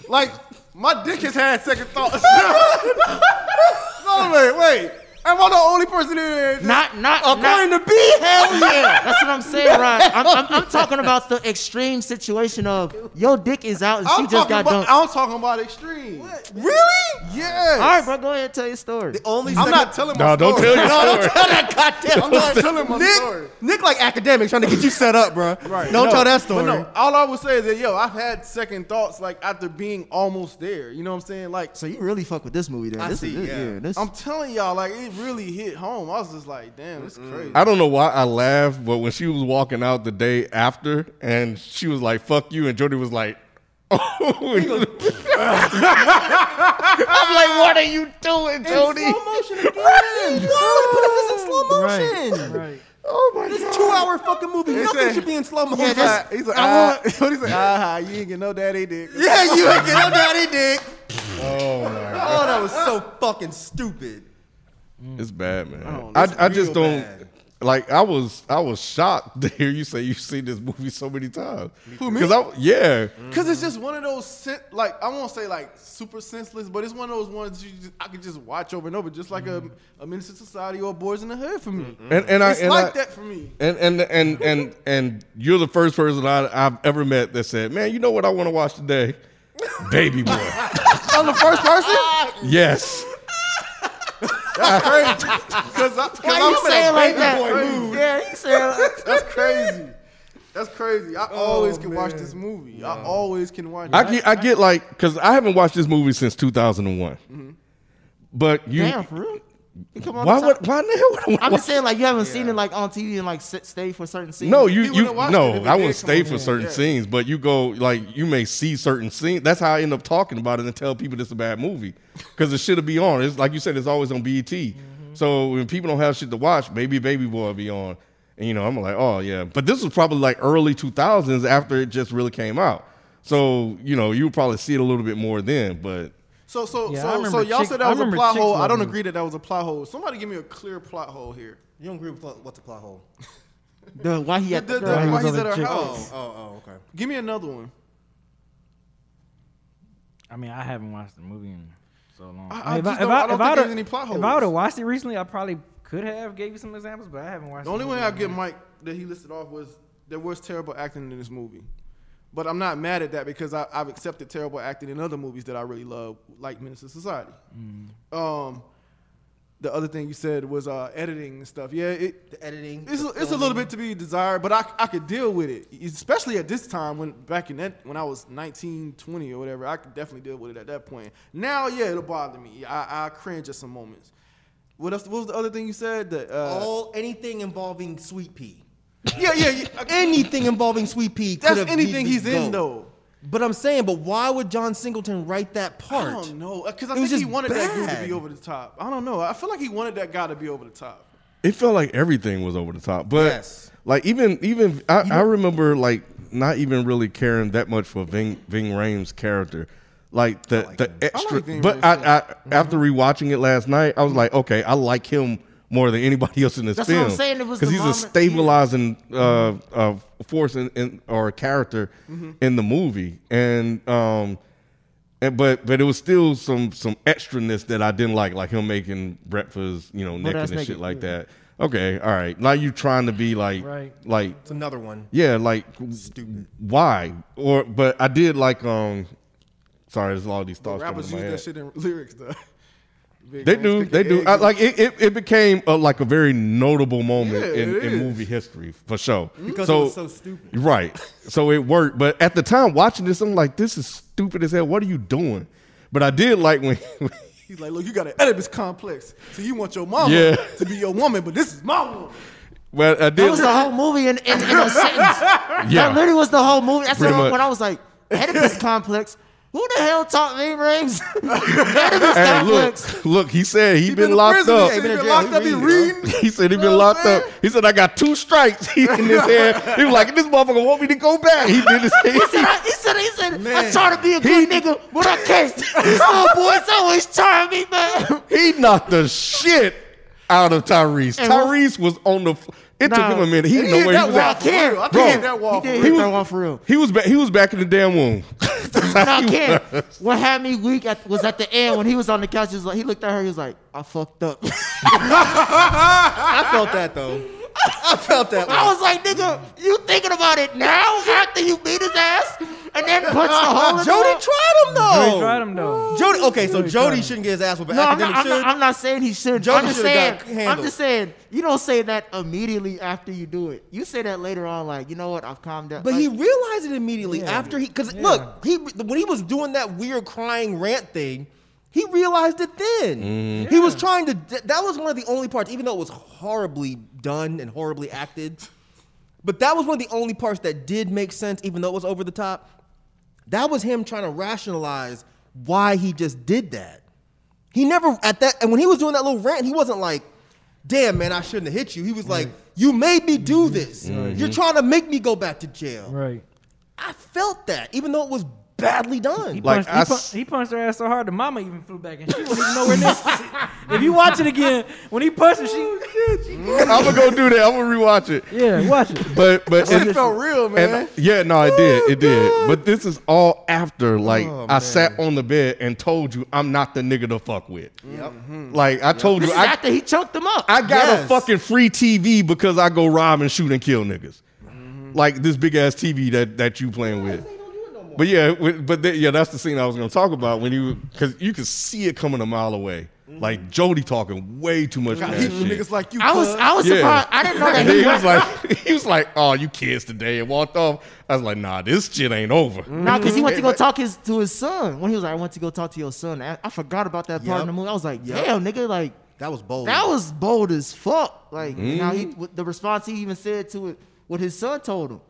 like my dick has had second thoughts. no, wait, wait. Am I the only person in here? that-
not not
According
not,
to B, hell yeah.
That's what I'm saying, Rod. I'm, I'm, I'm talking about the extreme situation of your dick is out and
I'm
she just
talking
got
about.
dumped.
I'm talking about extreme. What?
really?
Yes.
All right, bro, go ahead and tell your story.
Only
I'm not telling
no,
my story.
don't tell your
No,
story.
don't tell that goddamn
I'm not telling my
Nick,
story.
Nick like academics trying to get you set up, bro.
Right.
Don't
No,
tell that
But
story.
no, all I would say is that yo, I've had second thoughts like after being almost there. You know what I'm saying? Like
So you really fuck with this movie, then?
I
this
see,
is it,
yeah.
this.
I'm telling y'all, like it really hit home. I was just like, damn, it's crazy.
I don't know why I laughed, but when she was walking out the day after, and she was like, "Fuck you," and Jody was like, "Oh."
I'm like, what are you doing, Jody?
Slow motion again. Why would you put this in slow motion?
Right.
Oh my
This
god.
two hour fucking movie,
They
nothing
say-
should be in slow motion.
He's like, he's like, ah, what he say? Ah, you ain't get no daddy dick.
yeah, you ain't get no daddy dick.
Oh my
Oh, that was so fucking stupid.
It's bad, man.
Oh,
I,
that's
I just
real
don't
bad.
like. I was I was shocked to hear you say you've seen this movie so many times. Who me? I, yeah,
Cause it's just one of those sen- like I won't say like super senseless, but it's one of those ones you just, I could just watch over and over, just like a a Menace to Society or Boys in the Hood for me.
and and
It's
I and
like
I-
that for me.
And and and and and you're the first person I, I've ever met that said, "Man, you know what I want to watch today? Baby Boy."
I'm the first person.
yes.
That's crazy. Cause, I, cause
Why
I'm
you
in a
saying like
baby
that?
boy mood.
Yeah, you saying like
That's crazy. That's crazy. I always can watch this movie. I always can watch.
I
it.
get I get like because I haven't watched this movie since 2001. But you,
Damn, for real? You come on
why
the
would
top.
why in the hell would I wanna
I'm
watch-
just saying, like, you haven't seen it, like, on TV and, like, sit, stay for certain scenes.
No, you
He
you
wouldn't watch it
no.
if it
I
did
would
come
stay
on
for
in,
certain
yeah.
scenes, but you go like you may see certain scenes. That's how I end up talking about it and tell people it's a bad movie because it should be on. It's like you said, it's always on BET.
Mm-hmm.
So when people don't have shit to watch, maybe Baby Boy will be on, and you know I'm like, oh yeah. But this was probably like early 2000s after it just really came out. So you know you would probably see it a little bit more then, but.
So so
Yeah,
so
I
so
remember
y'all
Chick-
said
I
that was a
remember
plot
Chicks
hole. I don't
Loving.
agree that that was a plot hole. Somebody give me a clear plot hole here.
You don't agree with what- what's the plot hole?
The, why he at
The,
the,
the-
girl.
why
was
he's
on
at
the
our
chick-
house.
oh, okay.
Give me another one.
I mean, I haven't watched the movie in so long.
I- I
mean, if
just don't- I don't
if
think
would've-
there's any plot
If I
holes.
would have watched it recently, I probably could have gave you some examples, but I haven't watched.
The only
the
one
movie
I
in a
give
minute.
Mike that he listed off was there was terrible acting in this movie. But I'm not mad at that because I, I've accepted terrible acting in other movies that I really love, like Minister Society.
Mm.
Um, the other thing you said was uh, editing and stuff. Yeah, it,
The editing.
it's,
the
it's a little
filming.
bit to be desired, but I, I could deal with it, especially at this time when back in that when I was 19, 20 or whatever. I could definitely deal with it at that point. Now, yeah, it'll bother me. I, I cringe at some moments. What else? What was the other thing you said? That uh,
All anything involving sweet pea.
yeah, yeah, yeah.
Anything involving sweet pea.
That's
could've
anything
easily
he's in,
go.
though.
But I'm saying, but why would John Singleton write that
I
part?
don't know because I
It was
think he
just
wanted that dude to
bad.
be over the top. I don't know. I feel like he wanted that guy to be over the top.
it felt like everything was over the top. But
Yes.
like even even I, I remember like not even really caring that much for Ving Ving Rhames' character. Like the the extra,
Ving
but
Rhames,
I, I
Mm-hmm.
after rewatching it last night, I was like, okay, I like him more than anybody else in this
That's what
film.
I'm saying. It was
because
the
he's a
moment- Mm-hmm.
stabilizing uh, uh, force in, in or character in the movie, and um, and, but but it was still some some extraness that I didn't like, like him making breakfast, you know, necking
that's
and
naked,
shit like that. Okay, all right. Now you trying to be like
Right.
like
It's another one.
yeah, like
Stupid.
why? Or but I did like um. Sorry, there's all these thoughts coming
Rappers
to my
use that
head.
shit in lyrics, though. Big
They
Rams
do,
cooking
they do.
eggs
I,
and
like it, it, it became a, like a very notable moment
Yeah,
in,
it
in
is.
movie history for sure.
Mm-hmm. Because it was so stupid.
right? So it worked, but at the time watching this, I'm like, this is stupid as hell. What are you doing? But I did like when
He's like, look, you got an Oedipus complex, so you want your mama
Yeah.
to be your woman, but this is my woman.
Well, I
That
did.
was the whole movie in, in, in a sentence. That literally was the whole movie. That's
Pretty
when, I-
much.
when I was like, Oedipus complex. Who the hell taught me rings? Oedipus
Hey,
complex.
look, look. He said he,
He
been,
in
locked
prison,
up.
He
been in
been
jail,
locked
he
up. He
reading.
reading.
He said he
Know
been
what
locked
I'm
up. He said I got two strikes He in his head. He was like, this motherfucker want me to go back. He did his
He said,
thing.
I- he said, he said, I'm trying to be a good nigga, but I can't. Oh, These little boys always trying me, man.
He knocked the shit out of Tyrese.
And what-
Tyrese was on the. Fl- it
Nah.
took him a minute. He
He
didn't know
hit
where
that
he was
wall
at.
for real. I think
Bro.
he hit that wall
He
for
did
He
real.
hit
was-
that wall for real.
He was back. He was back in the damn womb. That's how
No,
he
Ken,
was.
what had me weak at, was at the end when he was on the couch. He, was like, he looked at her. He was like, I fucked up.
I felt that though. I felt that.
I
one.
was like, nigga, you thinking about it now after you beat his ass and then punched the hole in the wall?
Jody tried him though.
Jody tried him, though.
Jody. Okay, so
Jody tried
Jody
him.
shouldn't get his ass whooped. but
No, I'm not,
academic
I'm, not,
should.
I'm not saying he shouldn't.
Jody
I'm just
should've
saying,
got
I'm
handled.
just saying, you don't say that immediately after you do it. You say that later on, like, you know what, I've calmed down.
But
Like,
he realized it immediately after he because look he when he was doing that weird crying rant thing, he realized it then. He was trying to. That was one of the only parts, even though it was horribly done and horribly acted. But that was one of the only parts that did make sense, even though it was over the top. That was him trying to rationalize why he just did that. He never at that and when he was doing that little rant, he wasn't like, damn, man, I shouldn't have hit you. He was like, you made me do this. You're trying to make me go back to jail.
Right.
I felt that, even though it was badly done.
He
Like,
punched, he,
I
pun-
s-
he punched her ass so hard, the mama even flew back, and she wasn't even nowhere near. if you watch it again, when he punched her, she,
I'm gonna go do that. I'm gonna rewatch it.
yeah, watch it.
But but
It felt real, man.
And yeah, no, it did. It did. But this is all after like
Oh,
I sat on the bed and told you I'm not the nigga to fuck with.
Mm-hmm.
Like I told you I,
After he choked him up.
I got a
Yes.
fucking free TV because I go rob and shoot and kill niggas.
Mm-hmm.
Like this big ass TV that that you playing with. But yeah, with- but that yeah, that's the scene I was gonna talk about when you because you could see it coming a mile away. Like Jody talking way too much.
Mm-hmm. Got
mad
heat from
shit.
niggas like you.
I was
cuz.
I was
Yeah.
surprised. I didn't know that
And then
he
he was
was
like, he was like, "Oh, you kids today," and walked off. I was like, "Nah, this shit ain't over."
No, because he went to go talk his, to his son. When he was like, I went to go talk to your son. I, I forgot about that part
Yup.
in the movie. I was like,
Yup.
damn, nigga, like,
That was bold. Mm-hmm.
that was bold as fuck. Like, now he, with the response he even said to it, what his son told him.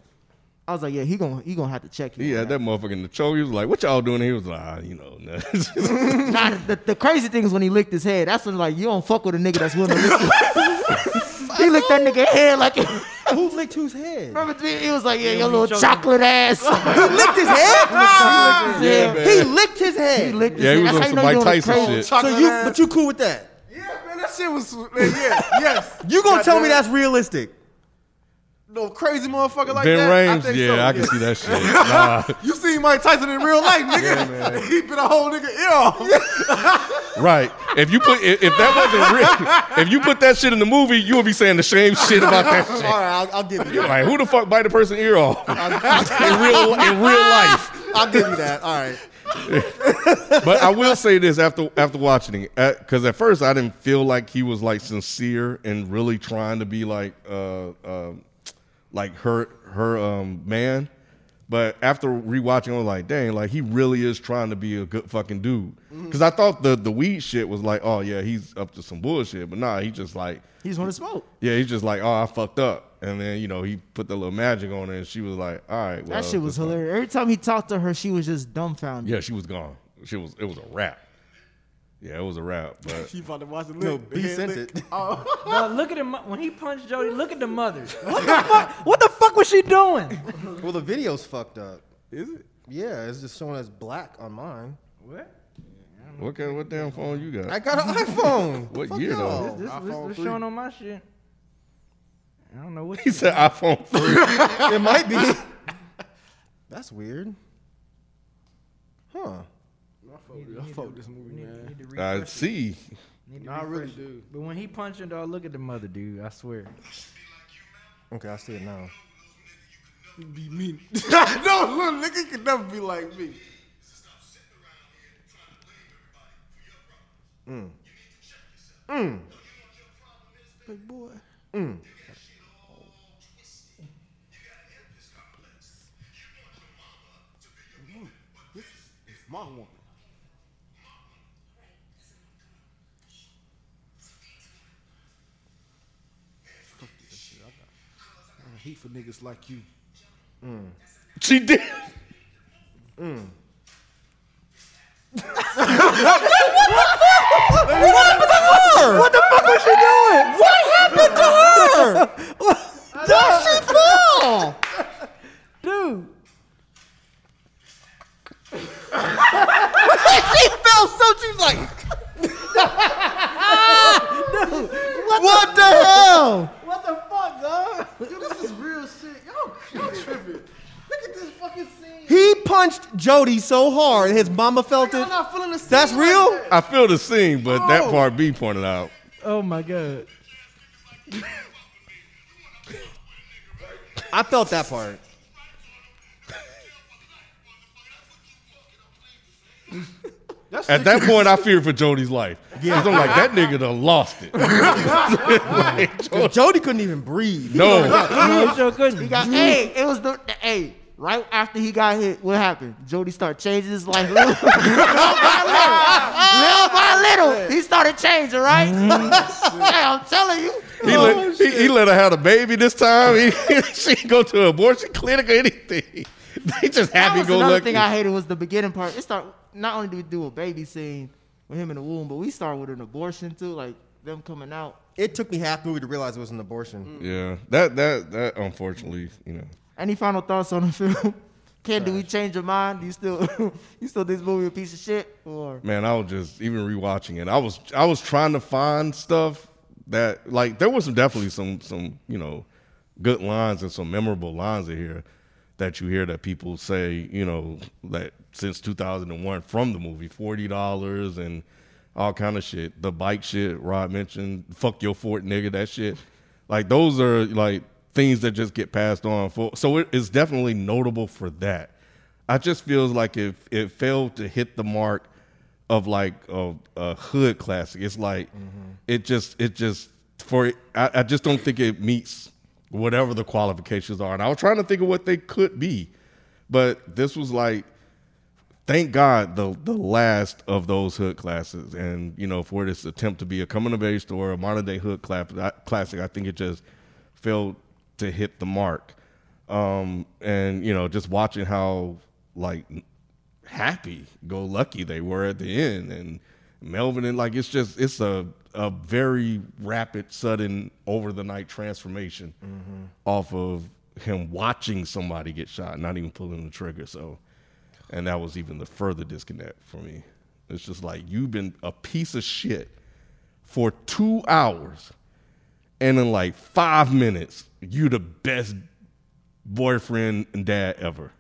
I was like, yeah, he gonna he gonna have to check you.
He
on
had that motherfucker in the choke. He was like, "What y'all doing?" He was like, ah, "You know, nah."
Nah, the, the crazy thing is when he licked his head. That's when like you don't fuck with a nigga that's willing to lick. you. he licked that nigga head like
Who licked whose head?
remember he was like yeah, your little chocolate ass.
he licked his head.
Yeah, man.
he licked his head.
he licked his
Yeah, he was
head. That's
on
how you
some
know
Mike
you doing
Tyson
crazy.
shit.
So you, but you cool with that?
yeah, man, that shit was. Man, yeah, yes.
You gonna
God
tell me
damn.
that's realistic?
no crazy motherfucker like
ben
that?
Rames,
I think
yeah,
so,
I can see that shit. Nah.
You seen Mike Tyson in real life, nigga? he been a whole nigga ear off.
Right. If you put if, if that wasn't real, if you put that shit in the movie, you would be saying the same shit about that
All
shit.
right, I'll, I'll give you. That.
Like, who the fuck bite a person ear off in real in real life?
I'll give you that. All right.
but I will say this after after watching it, because at first I didn't feel like he was like sincere and really trying to be like uh, uh, like her her um, man. But after rewatching, I was like, dang, like he really is trying to be a good fucking dude.
Mm-hmm.
Because I thought the the weed shit was like, oh yeah, he's up to some bullshit. But nah, he just like
He just want to smoke.
yeah, he's just like, oh, I fucked up. And then you know he put the little magic on it, and she was like, all right, well,
That shit was
this-
hilarious. Every time he talked to her, she was just dumbfounded.
Yeah, she was gone. She was it was a wrap. Yeah, it was a wrap, but.
you about to watch the lick?
No,
the
B
head
sent
lick.
it.
Dog, look at him when he punched Jody. Look at the mother. What the fuck? What the fuck was she doing?
Well, the video's fucked up.
Is it?
Yeah, it's just showing as black on mine.
What kind? What damn phone you got?
I got an iPhone.
What
Fuck
year, though?
y'all.
This
iPhone
was
three.
showing on my shit. I don't know what.
he said iPhone three.
It might be. That's weird. Huh?
I fuck with this movie, man.
Need to re-
I see.
need to
Nah, I really
refresh it.
do.
But when he punched her, dog, look at the mother, dude. I swear.
Okay, I see it now.
Be mean. no, little nigga can never be like me. Big boy. This is My woman. Fuck this shit. I got- I got heat for niggas like you.
She did.
Dude.
she felt so she was like
What the hell?
What the fuck, dog? Dude, this is real shit. Y'all, y'all tripping. Look at this fucking scene.
He punched Jody so hard, his mama felt it.
Y'all not feeling the scene.
That's
like
real?
that.
I feel the scene, but that
Oh.
part B pointed out.
Oh my god.
I felt that part.
That's
At that point, I feared for Jody's life. Yeah, I'm like that nigga done lost it. Like, Jody-
Jody couldn't even breathe.
no,
He sure couldn't.
He got hey, it was the the- hey. Right after he got hit, what happened? Jody started changing his life little, little by little. Little by little, he started changing, right?
Mm.
Hey, I'm telling you.
he
Oh,
let, he, he let her have a baby this time. He, she ain't go to an abortion clinic or anything. They just
That
happy
was
go
another
lucky.
thing I hated was the beginning part. It start not only do we do a baby scene with him in the womb, but we start with an abortion too, like them coming out.
It took me half movie to realize it was an abortion.
Yeah, that that that unfortunately, you know.
Any final thoughts on the film? Ken, do we change your mind? Do you still you still this movie a piece of shit? Or
Man, I was just even rewatching it. I was I was trying to find stuff that like there was some definitely some some you know good lines and some memorable lines in here that you hear that people say you know that since 2001 from the movie forty dollars and all kind of shit. The bike shit Rod mentioned, fuck your fort nigga, that shit. Like those are like things that just get passed on for. So it is definitely notable for that. I just feels like if it failed to hit the mark of like a, a hood classic. It's like it just it just for I, I just don't think it meets whatever the qualifications are. And I was trying to think of what they could be, but this was like thank God the the last of those hood classes, and you know for this attempt to be a coming of age story, a modern day hood class, classic, I think it just failed to hit the mark. Um, and you know just watching how like happy go lucky they were at the end, and Melvin and like it's just it's a a very rapid, sudden, over the night transformation off of him watching somebody get shot, not even pulling the trigger. So, and that was even the further disconnect for me. It's just like you've been a piece of shit for two hours, and in like five minutes, you the best boyfriend and dad ever.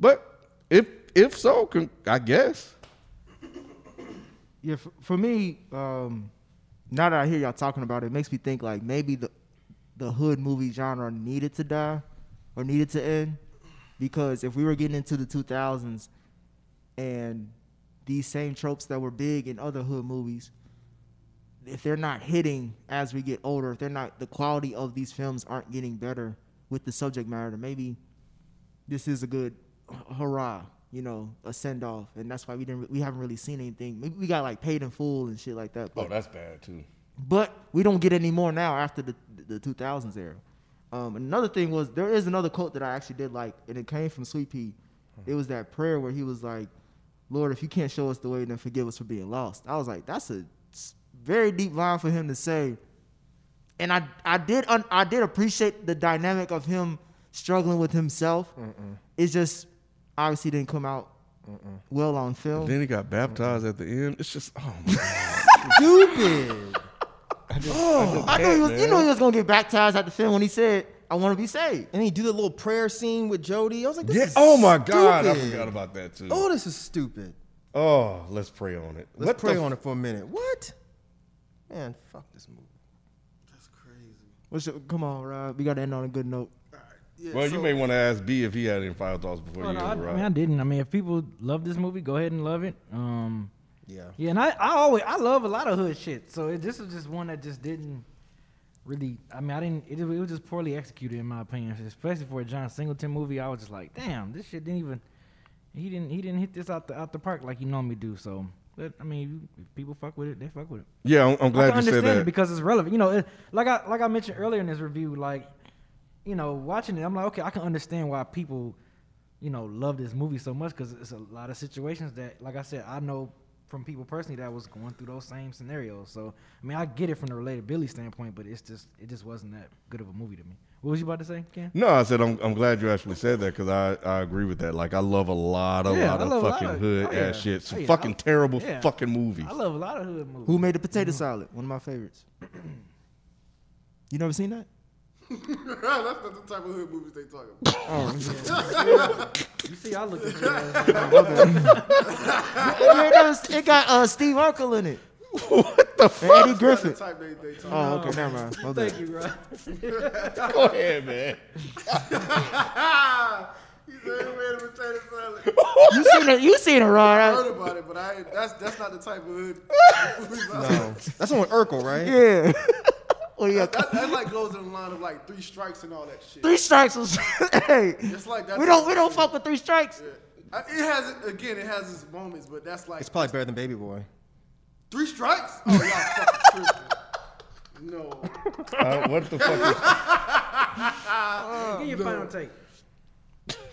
But if if so, con- I guess
yeah, for, for me, um, now that I hear y'all talking about it, it makes me think like maybe the the hood movie genre needed to die or needed to end because if we were getting into the 2000s and these same tropes that were big in other hood movies if they're not hitting as we get older if they're not the quality of these films aren't getting better with the subject matter then maybe this is a good hurrah, you know, a send off, and that's why we didn't we haven't really seen anything. Maybe we got like paid in full and shit like that. But,
that's bad too.
but we don't get any more now after the the 2000s era. Um, another thing was there is another quote that I actually did like, and it came from Sweet Pea. It was that prayer where he was like, "Lord, if you can't show us the way, then forgive us for being lost." I was like, that's a s- very deep line for him to say and I I did un, I did appreciate the dynamic of him struggling with himself. It's just obviously didn't come out well on film.
Then he got baptized at the end. It's just oh my
Mm.
Stupid. oh, I, knew he was. You
man.
know he was gonna get baptized at the film when he said, "I want to be saved."
And he do the little prayer scene with Jody. I was like, this
Yeah.
is
Oh my God. I
stupid.
forgot about that too.
Oh, this is stupid.
Oh, let's pray on it.
Let's pray on it for a minute. What? Man, fuck this movie.
What's your, come on, Rob. We gotta end on a good note.
Well, you may want to ask B if he had any final thoughts before
Well,
you
Oh, no, I,
go,
I
Rob.
mean, I didn't. I mean, if people love this movie, go ahead and love it. Um,
Yeah.
yeah, and I, I always, I love a lot of hood shit. So it, this was just one that just didn't really. I mean, I didn't. It, was- it was just poorly executed, in my opinion, especially for a John Singleton movie. I was just like, damn, this shit didn't even. He didn't. He didn't hit this out the out the park like he normally do. So, but I mean, if people fuck with it, they fuck with it.
yeah, I'm, I'm
I
glad
can
you said
understand it
that.
because it's relevant. You know, it, like I like I mentioned earlier in this review, like you know, watching it, I'm like, okay, I can understand why people, you know, love this movie so much because it's a lot of situations that, like I said, I know from people personally that was going through those same scenarios. So I mean, I get it from the relatability standpoint, but it's just it just wasn't that good of a movie to me. What was you about to say, Ken?
no, I said I'm, I'm glad you actually said that because I, I agree with that. Like I love a lot, a
Yeah,
lot
I
of
love a lot
fucking
of-
hood
oh, yeah.
ass shit. Some
Oh, yeah.
fucking
I-
terrible
yeah.
fucking movies.
I love a lot of hood movies.
Who made the potato salad? One of my favorites. You never seen that?
That's not the type of hood movies they talking about.
you see, I look at you.
Yeah, that was- it got uh, Steve Urkel in it. what the fuck? Eddie Griffin.
type they, they talking
Oh, okay, never mind. My bad.
Thank you, bro.
Go ahead, man.
about. Ah! he said he made a potato salad.
You seen it? You seen it,
I
Rod?
heard about it, but I ain't- that's that's not the type of hood. movies I-
That's on Urkel, right?
Yeah. well, yeah.
that, that like goes in the line of like three strikes and all that shit.
Three strikes was. hey,
Just like that.
we don't we don't fuck with three strikes.
I- It has again. It has its moments, but that's like
It's probably better than Baby Boy.
three strikes. Oh y'all fucking tripping. No,
Uh, what the fuck? Is,
Give your final take.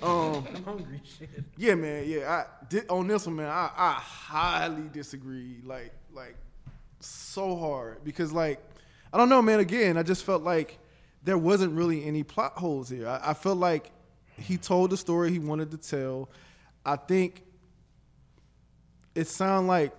Um, I'm hungry. Shit.
yeah, man, yeah. I did on this one, man. I, I highly disagree. Like like so hard because like I don't know, man. Again, I just felt like there wasn't really any plot holes here. I, I felt like he told the story he wanted to tell. I think it sounded like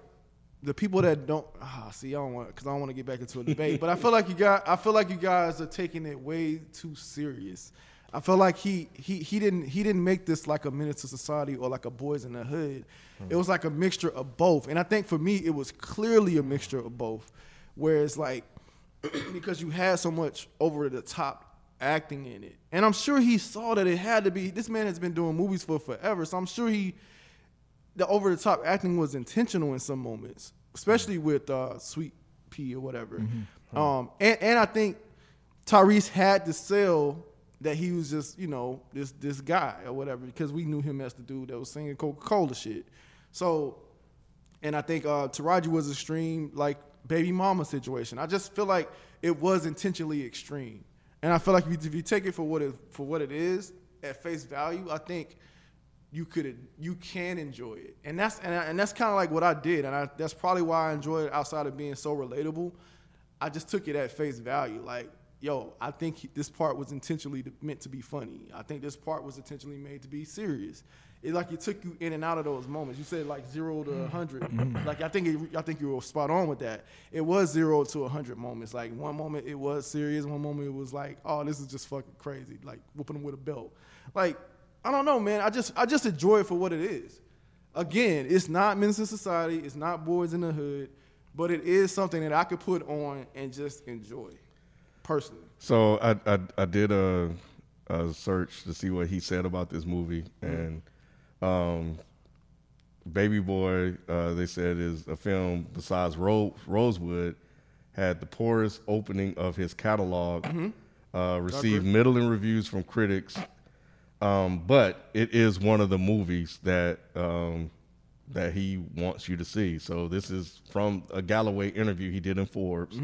the people that don't ah, see, I don't want because I don't want to get back into a debate. but I feel like you got, I feel like you guys are taking it way too serious. I feel like he he he didn't he didn't make this like a menace to society or like a boys in the hood. It was like a mixture of both, and I think for me it was clearly a mixture of both. Whereas like because you had so much over the top acting in it, and I'm sure he saw that it had to be. This man has been doing movies for forever, so I'm sure he the over the top acting was intentional in some moments, especially with uh, Sweet Pea or whatever. Um, and and I think Tyrese had to sell that he was just you know this this guy or whatever because we knew him as the dude that was singing Coca Cola shit. So, and I think uh, Taraji was extreme like baby mama situation. I just feel like it was intentionally extreme, and I feel like if you, if you take it for what it for what it is at face value, I think you could you can enjoy it and that's and, I, and that's kind of like what i did and I, that's probably why i enjoy it outside of being so relatable i just took it at face value like yo i think he- this part was intentionally to- meant to be funny i think this part was intentionally made to be serious it like it took you in and out of those moments you said like zero to 100 like i think it, i think you were spot on with that it was zero to 100 moments like one moment it was serious one moment it was like oh this is just fucking crazy like whooping them with a belt like I don't know, man. I just I just enjoy it for what it is. Again, it's not Men's in Society, it's not Boys in the Hood, but it is something that I could put on and just enjoy personally.
So I I, I did a, a search to see what he said about this movie,
Mm-hmm.
and um, Baby Boy, uh, they said is a film besides Ro- Rosewood had the poorest opening of his catalog,
Mm-hmm.
uh, received middling reviews from critics, um, but it is one of the movies that um, that he wants you to see. So this is from a Galloway interview he did in Forbes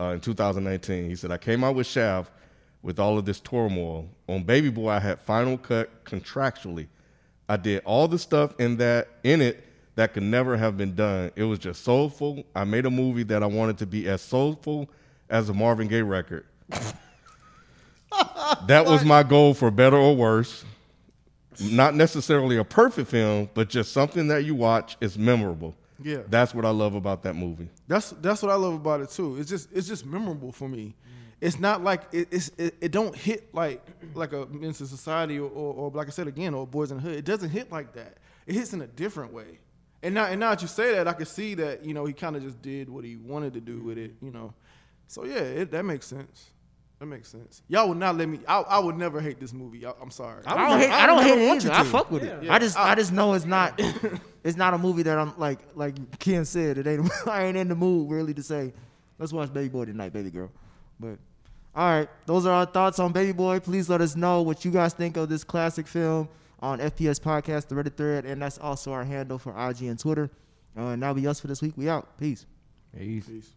uh, in 2019. He said, "I came out with Shaft with all of this turmoil. On Baby Boy, I had final cut contractually. I did all the stuff in that in it that could never have been done. It was just soulful. I made a movie that I wanted to be as soulful as a Marvin Gaye record." that was my goal for better or worse. Not necessarily a perfect film, but just something that you watch is memorable.
Yeah.
That's what I love about that movie.
That's that's what I love about it too. It's just it's just memorable for me. It's not like it, it's it, it don't hit like like a Men's in Society or, or, or like I said again or Boys in the Hood. It doesn't hit like that. It hits in a different way. And now and now that you say that, I can see that you know he kind of just did what he wanted to do with it. You know, so yeah, it, that makes sense. That makes sense. Y'all would not let me. I, I would never hate this movie. I, I'm sorry.
I don't hate. I don't hate it either. I fuck with it. I just, I, just know it's not, it's not a movie that I'm like, like Ken said. It ain't. I ain't in the mood really to say, let's watch Baby Boy tonight, Baby Girl. But all right, those are our thoughts on Baby Boy. Please let us know what you guys think of this classic film on FPS Podcast, the Reddit thread, and that's also our handle for IG and Twitter. Uh, and that'll be us for this week. We out. Peace.
Peace.
Peace.